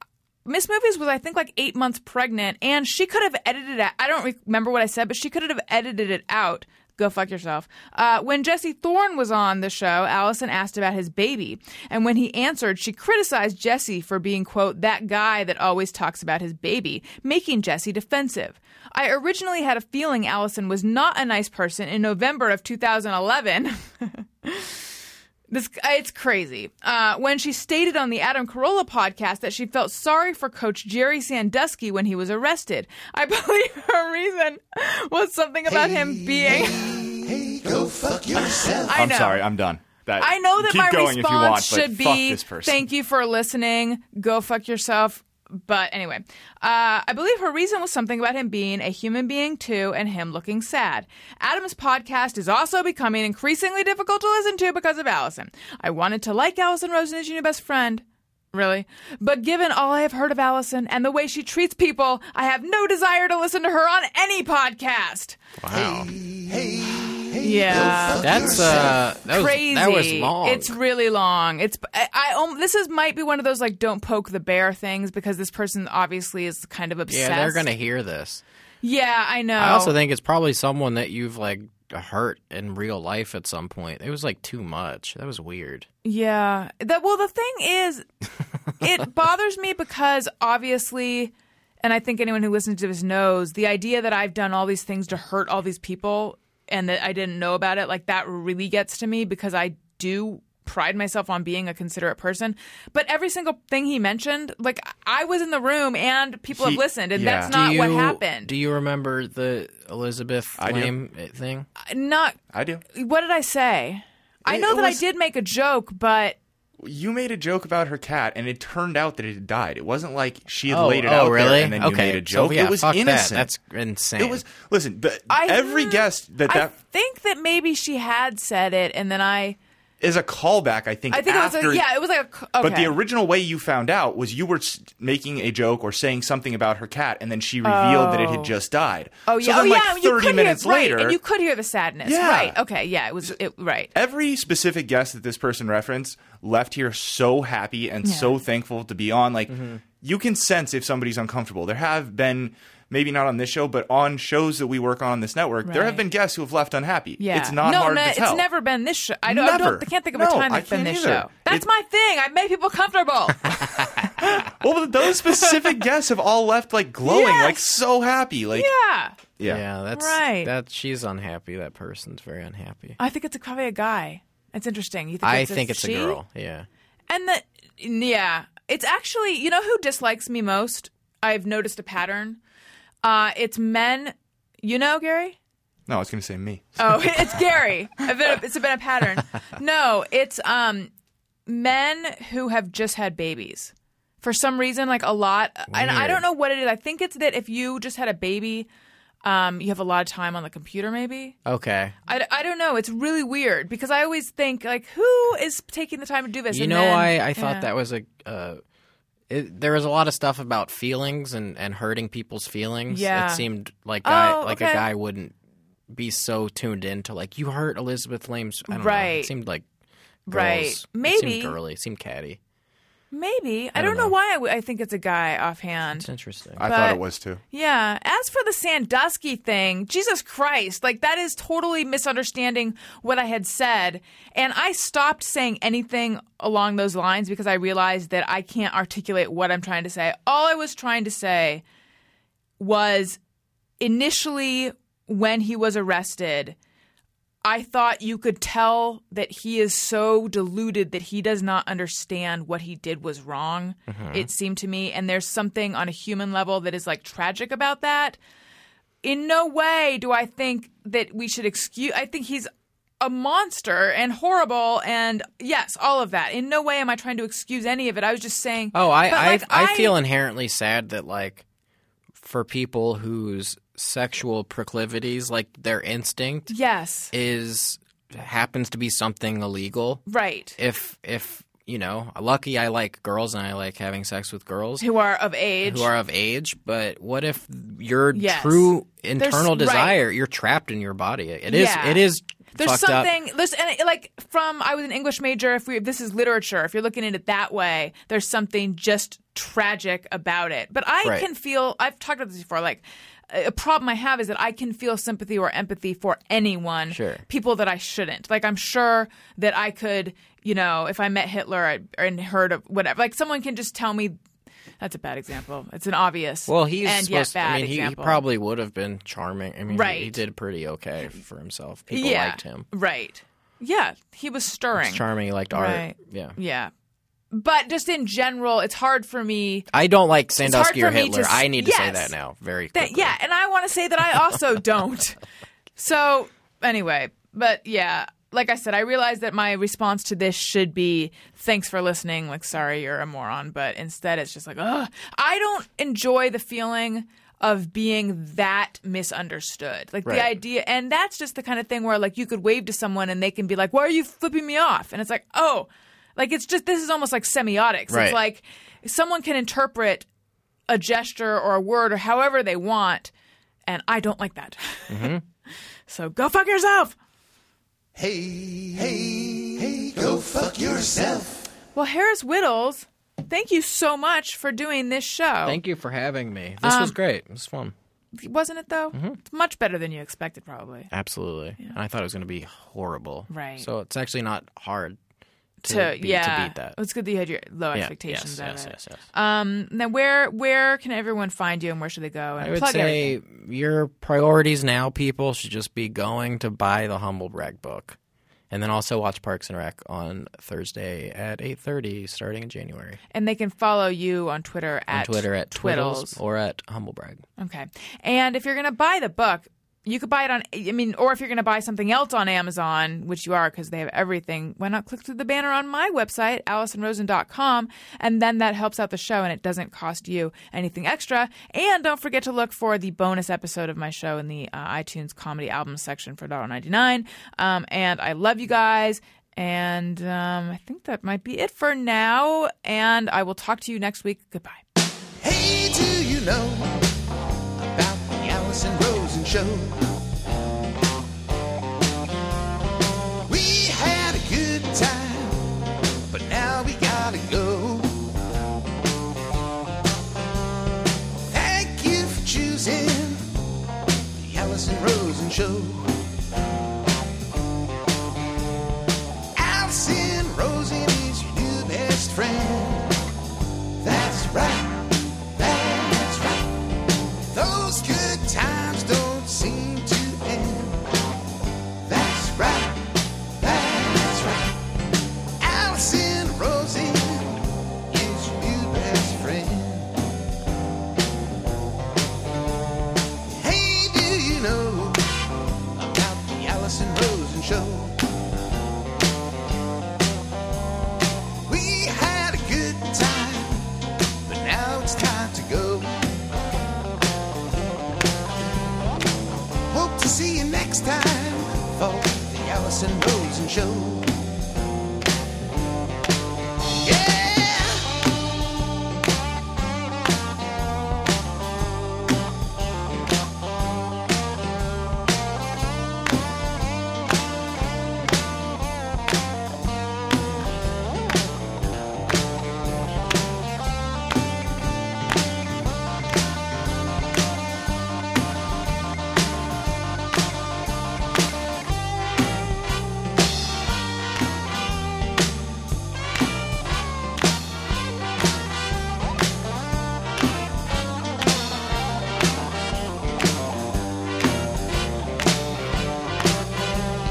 Speaker 2: Miss Movies was, I think, like eight months pregnant, and she could have edited it. I don't remember what I said, but she could have edited it out. Go fuck yourself. Uh, when Jesse Thorne was on the show, Allison asked about his baby. And when he answered, she criticized Jesse for being, quote, that guy that always talks about his baby, making Jesse defensive. I originally had a feeling Allison was not a nice person in November of 2011. This it's crazy. Uh, when she stated on the Adam Carolla podcast that she felt sorry for Coach Jerry Sandusky when he was arrested, I believe her reason was something about him being.
Speaker 4: go fuck yourself.
Speaker 2: I
Speaker 3: I'm
Speaker 2: know.
Speaker 3: sorry, I'm done. That,
Speaker 2: I know that
Speaker 3: keep
Speaker 2: my
Speaker 3: going if you want,
Speaker 2: response
Speaker 3: but
Speaker 2: should
Speaker 3: fuck
Speaker 2: be
Speaker 3: this person.
Speaker 2: thank you for listening. Go fuck yourself. But anyway, uh, I believe her reason was something about him being a human being too and him looking sad. Adam's podcast is also becoming increasingly difficult to listen to because of Allison. I wanted to like Allison Rosen as your new best friend. Really? But given all I have heard of Allison and the way she treats people, I have no desire to listen to her on any podcast.
Speaker 11: Wow.
Speaker 2: yeah.
Speaker 11: That's uh that was
Speaker 2: crazy.
Speaker 11: that was long.
Speaker 2: It's really long. It's I, I um, this is might be one of those like don't poke the bear things because this person obviously is kind of obsessed.
Speaker 11: yeah, they're going to hear this.
Speaker 2: Yeah, I know.
Speaker 11: I also think it's probably someone that you've like hurt in real life at some point. It was like too much. That was weird.
Speaker 2: Yeah. That well the thing is it bothers me because obviously and I think anyone who listens to this knows the idea that I've done all these things to hurt all these people and that I didn't know about it like that really gets to me because I do pride myself on being a considerate person but every single thing he mentioned like I was in the room and people
Speaker 11: He-
Speaker 2: have listened and
Speaker 11: yeah.
Speaker 2: that's
Speaker 11: Do
Speaker 2: not what
Speaker 11: you-
Speaker 2: happened
Speaker 11: Do you remember the Elizabeth
Speaker 2: I do.
Speaker 11: Lamb uh, thing?
Speaker 2: not
Speaker 9: I do.
Speaker 2: what did I say I
Speaker 9: It-
Speaker 2: know
Speaker 9: it
Speaker 2: that I
Speaker 9: was-
Speaker 2: did make a joke but
Speaker 9: You made a joke about her cat, and it turned out that it had died. It wasn't like she had
Speaker 11: Oh,
Speaker 9: laid it
Speaker 11: oh,
Speaker 9: out there
Speaker 11: really?
Speaker 9: and then you
Speaker 11: Okay,
Speaker 9: made a
Speaker 11: so,
Speaker 9: joke.
Speaker 11: yeah,
Speaker 9: it was
Speaker 11: fuck that.
Speaker 9: innocent.
Speaker 11: That's insane.
Speaker 9: It was. Listen, the,
Speaker 2: I-
Speaker 9: every guest that
Speaker 2: I
Speaker 9: that
Speaker 2: think that maybe she had said it, and then I.
Speaker 9: is a callback. I think.
Speaker 2: I think
Speaker 9: after,
Speaker 2: it was a, yeah, it was like a. c- Okay.
Speaker 9: But the original way you found out was you were s- making a joke or saying something about her cat, and then she revealed that it
Speaker 2: Oh.
Speaker 9: had just died.
Speaker 2: Oh yeah,
Speaker 9: So then,
Speaker 2: oh
Speaker 9: like
Speaker 2: yeah. you could
Speaker 9: thirty minutes
Speaker 2: hear, right,
Speaker 9: later,
Speaker 2: and you could hear the sadness.
Speaker 9: Yeah.
Speaker 2: Right. Okay. Yeah. It was. It, right.
Speaker 9: every specific guest that this person referenced left here so happy and
Speaker 2: Yeah.
Speaker 9: so thankful to be on. Like you can sense if somebody's uncomfortable. There have been maybe not on this show, but on shows that we work on on this network, there have
Speaker 2: Right.
Speaker 9: been guests who have left unhappy.
Speaker 2: Yeah.
Speaker 9: It's not
Speaker 2: no,
Speaker 9: hard
Speaker 2: no,
Speaker 9: to tell.
Speaker 2: It's never been this show. I don't. I,
Speaker 9: Never.
Speaker 2: don't I can't think of a
Speaker 9: No,
Speaker 2: time
Speaker 9: I
Speaker 2: that's been
Speaker 9: can't
Speaker 2: this
Speaker 9: either.
Speaker 2: show. That's my thing. I make people comfortable.
Speaker 9: well, but those specific guests have all left like glowing,
Speaker 2: Yes.
Speaker 9: like so happy. Like
Speaker 2: yeah.
Speaker 9: yeah.
Speaker 11: Yeah, that's
Speaker 2: Right.
Speaker 11: That she's unhappy. That person's very unhappy.
Speaker 2: I think it's a, probably a guy. It's interesting. You think
Speaker 11: I
Speaker 2: it's
Speaker 11: think it's
Speaker 2: she?
Speaker 11: a girl. Yeah.
Speaker 2: And the yeah, it's actually you know who dislikes me most. I've noticed a pattern. Uh, it's men. You know, Gary.
Speaker 9: No, I was going to say me.
Speaker 2: Oh, it's Gary. I've been a- it's been a pattern. No, it's um men who have just had babies. For some reason, like a lot, and I
Speaker 11: Weird.
Speaker 2: don't know what it is. I think it's that if you just had a baby, um, you have a lot of time on the computer, maybe.
Speaker 11: Okay.
Speaker 2: I, I don't know. It's really weird because I always think like, who is taking the time to do this?
Speaker 11: You
Speaker 2: And
Speaker 11: know,
Speaker 2: then-
Speaker 11: I I thought
Speaker 2: yeah.
Speaker 11: that was a. Uh, it, there was a lot of stuff about feelings and, and hurting people's feelings.
Speaker 2: Yeah.
Speaker 11: It seemed like guy,
Speaker 2: Oh,
Speaker 11: like
Speaker 2: okay.
Speaker 11: a guy wouldn't be so tuned in to like you hurt Elizabeth Lame's. I don't know.
Speaker 2: Right.
Speaker 11: It seemed like girls,
Speaker 2: Right.
Speaker 11: It
Speaker 2: Maybe.
Speaker 11: seemed girly. It seemed catty.
Speaker 2: Maybe. I, don't know, why I, w- I think it's a guy offhand.
Speaker 11: It's interesting.
Speaker 9: I thought
Speaker 2: But-
Speaker 9: it was too.
Speaker 2: Yeah. As for the Sandusky thing, Jesus Christ, like that is totally misunderstanding what I had said. And I stopped saying anything along those lines because I realized that I can't articulate what I'm trying to say. All I was trying to say was initially when he was arrested, I thought you could tell that he is so deluded that he does not understand what he did was wrong.
Speaker 11: Uh-huh.
Speaker 2: It seemed to me. And there's something on a human level that is like tragic about that. In no way do I think that we should excuse. I think he's a monster and horrible and yes, all of that. In no way am I trying to excuse any of it. I was just saying.
Speaker 11: Oh, I
Speaker 2: but,
Speaker 11: I,
Speaker 2: like,
Speaker 11: I feel inherently sad that like for people whose sexual proclivities, like their instinct,
Speaker 2: Yes.
Speaker 11: is happens to be something illegal.
Speaker 2: Right.
Speaker 11: If if you know, lucky I like girls and I like having sex with girls
Speaker 2: Who are of age.
Speaker 11: who are of age. But what if your
Speaker 2: Yes.
Speaker 11: true
Speaker 2: There's-
Speaker 11: internal
Speaker 2: right.
Speaker 11: desire? You're trapped in your body. It is.
Speaker 2: Yeah.
Speaker 11: It is.
Speaker 2: There's
Speaker 11: fucked up.
Speaker 2: something there's and it- like from I was an English major. If we if this is literature, if you're looking at it that way, there's something just tragic about it. But I
Speaker 11: Right.
Speaker 2: can feel I've talked about this before. Like a problem I have is that I can feel sympathy or empathy for anyone,
Speaker 11: Sure.
Speaker 2: people that I shouldn't. Like I'm sure that I could, you know, if I met Hitler I- and heard of whatever, like someone can just tell me. That's a bad example. It's an obvious.
Speaker 11: Well, he's
Speaker 2: and yet
Speaker 11: supposed.
Speaker 2: bad
Speaker 11: I mean, he, he
Speaker 2: example.
Speaker 11: probably would have been charming. I mean, he- he,
Speaker 2: Right.
Speaker 11: did pretty okay for himself. People
Speaker 2: yeah,
Speaker 11: liked him.
Speaker 2: Right. Yeah, he was stirring.
Speaker 11: He's charming. He liked art.
Speaker 2: Right.
Speaker 11: Yeah.
Speaker 2: Yeah. But just in general, it's hard for me.
Speaker 11: I don't like
Speaker 2: hard
Speaker 11: Sandusky
Speaker 2: for
Speaker 11: or
Speaker 2: me to
Speaker 11: Hitler.
Speaker 2: s-
Speaker 11: I need to say
Speaker 2: yes.
Speaker 11: that now. Very.
Speaker 2: That, yeah, and I want to say that I also don't. So, anyway, but yeah, like I said, I realize that my response to this should be thanks for listening, like sorry you're a moron, but instead it's just like, ugh. I don't enjoy the feeling of being that misunderstood. Like
Speaker 12: Right.
Speaker 2: the idea, and that's just the kind of thing where like you could wave to someone and they can be like, why are you flipping me off? And it's like, oh, like it's just, this is almost like semiotics.
Speaker 12: Right.
Speaker 2: It's like someone can interpret a gesture or a word or however they want, and I don't like that.
Speaker 11: Mm-hmm.
Speaker 2: So go fuck yourself.
Speaker 4: Hey, hey, hey, go fuck yourself.
Speaker 2: Well, Harris Whittles, thank you so much for doing this show.
Speaker 11: Thank you for having me. This was
Speaker 2: Um,
Speaker 11: great. It was fun.
Speaker 2: Wasn't it though?
Speaker 11: Mm-hmm.
Speaker 2: It's much better than you expected, probably.
Speaker 11: Absolutely. And I thought it was going to be horrible.
Speaker 2: Right.
Speaker 11: So it's actually not hard to,
Speaker 2: To,
Speaker 11: be,
Speaker 2: yeah,
Speaker 11: to beat that.
Speaker 2: it's good that you had your low
Speaker 11: Yeah,
Speaker 2: expectations
Speaker 11: yes,
Speaker 2: of
Speaker 11: yes,
Speaker 2: it.
Speaker 11: yes, yes.
Speaker 2: Um, now where where can everyone find you and where should they go? And
Speaker 11: I would
Speaker 2: plug everything.
Speaker 11: say your priorities now, people, should just be going to buy the Humble Brag book, and then also watch Parks and Rec on Thursday at eight thirty, starting in January.
Speaker 2: and they can follow you on Twitter
Speaker 11: on
Speaker 2: at
Speaker 11: Twitter at Twiddles
Speaker 2: Twiddles.
Speaker 11: or at Humble Brag.
Speaker 2: Okay. And if you're going to buy the book, you could buy it on, I mean, or if you're going to buy something else on Amazon, which you are because they have everything, why not click through the banner on my website, AllisonRosen.com, and then that helps out the show and it doesn't cost you anything extra. And don't forget to look for the bonus episode of my show in the uh, iTunes comedy album section for $1.99. Um, and I love you guys. And um, I think that might be it for now. And I will talk to you next week. Goodbye.
Speaker 10: Hey, do you know about the Allison Rosen show? We had a good time, but now we gotta go. Thank you for choosing the Allison Rosen show. Allison Rosen is your new best friend. That's right. That's right. Those good times don't seem to end. That's right. That's right. Allison Rosie is your new best friend. Hey, do you know about the Allison Rosen show? We had a good time. But now it's time to go. Hope to see you next time for the Allison Rosen Show.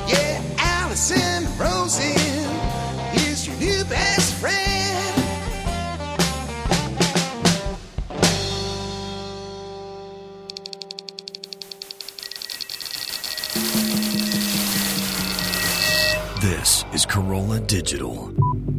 Speaker 10: Yeah, Allison Rosen is your new best friend.
Speaker 1: This is Corolla Digital.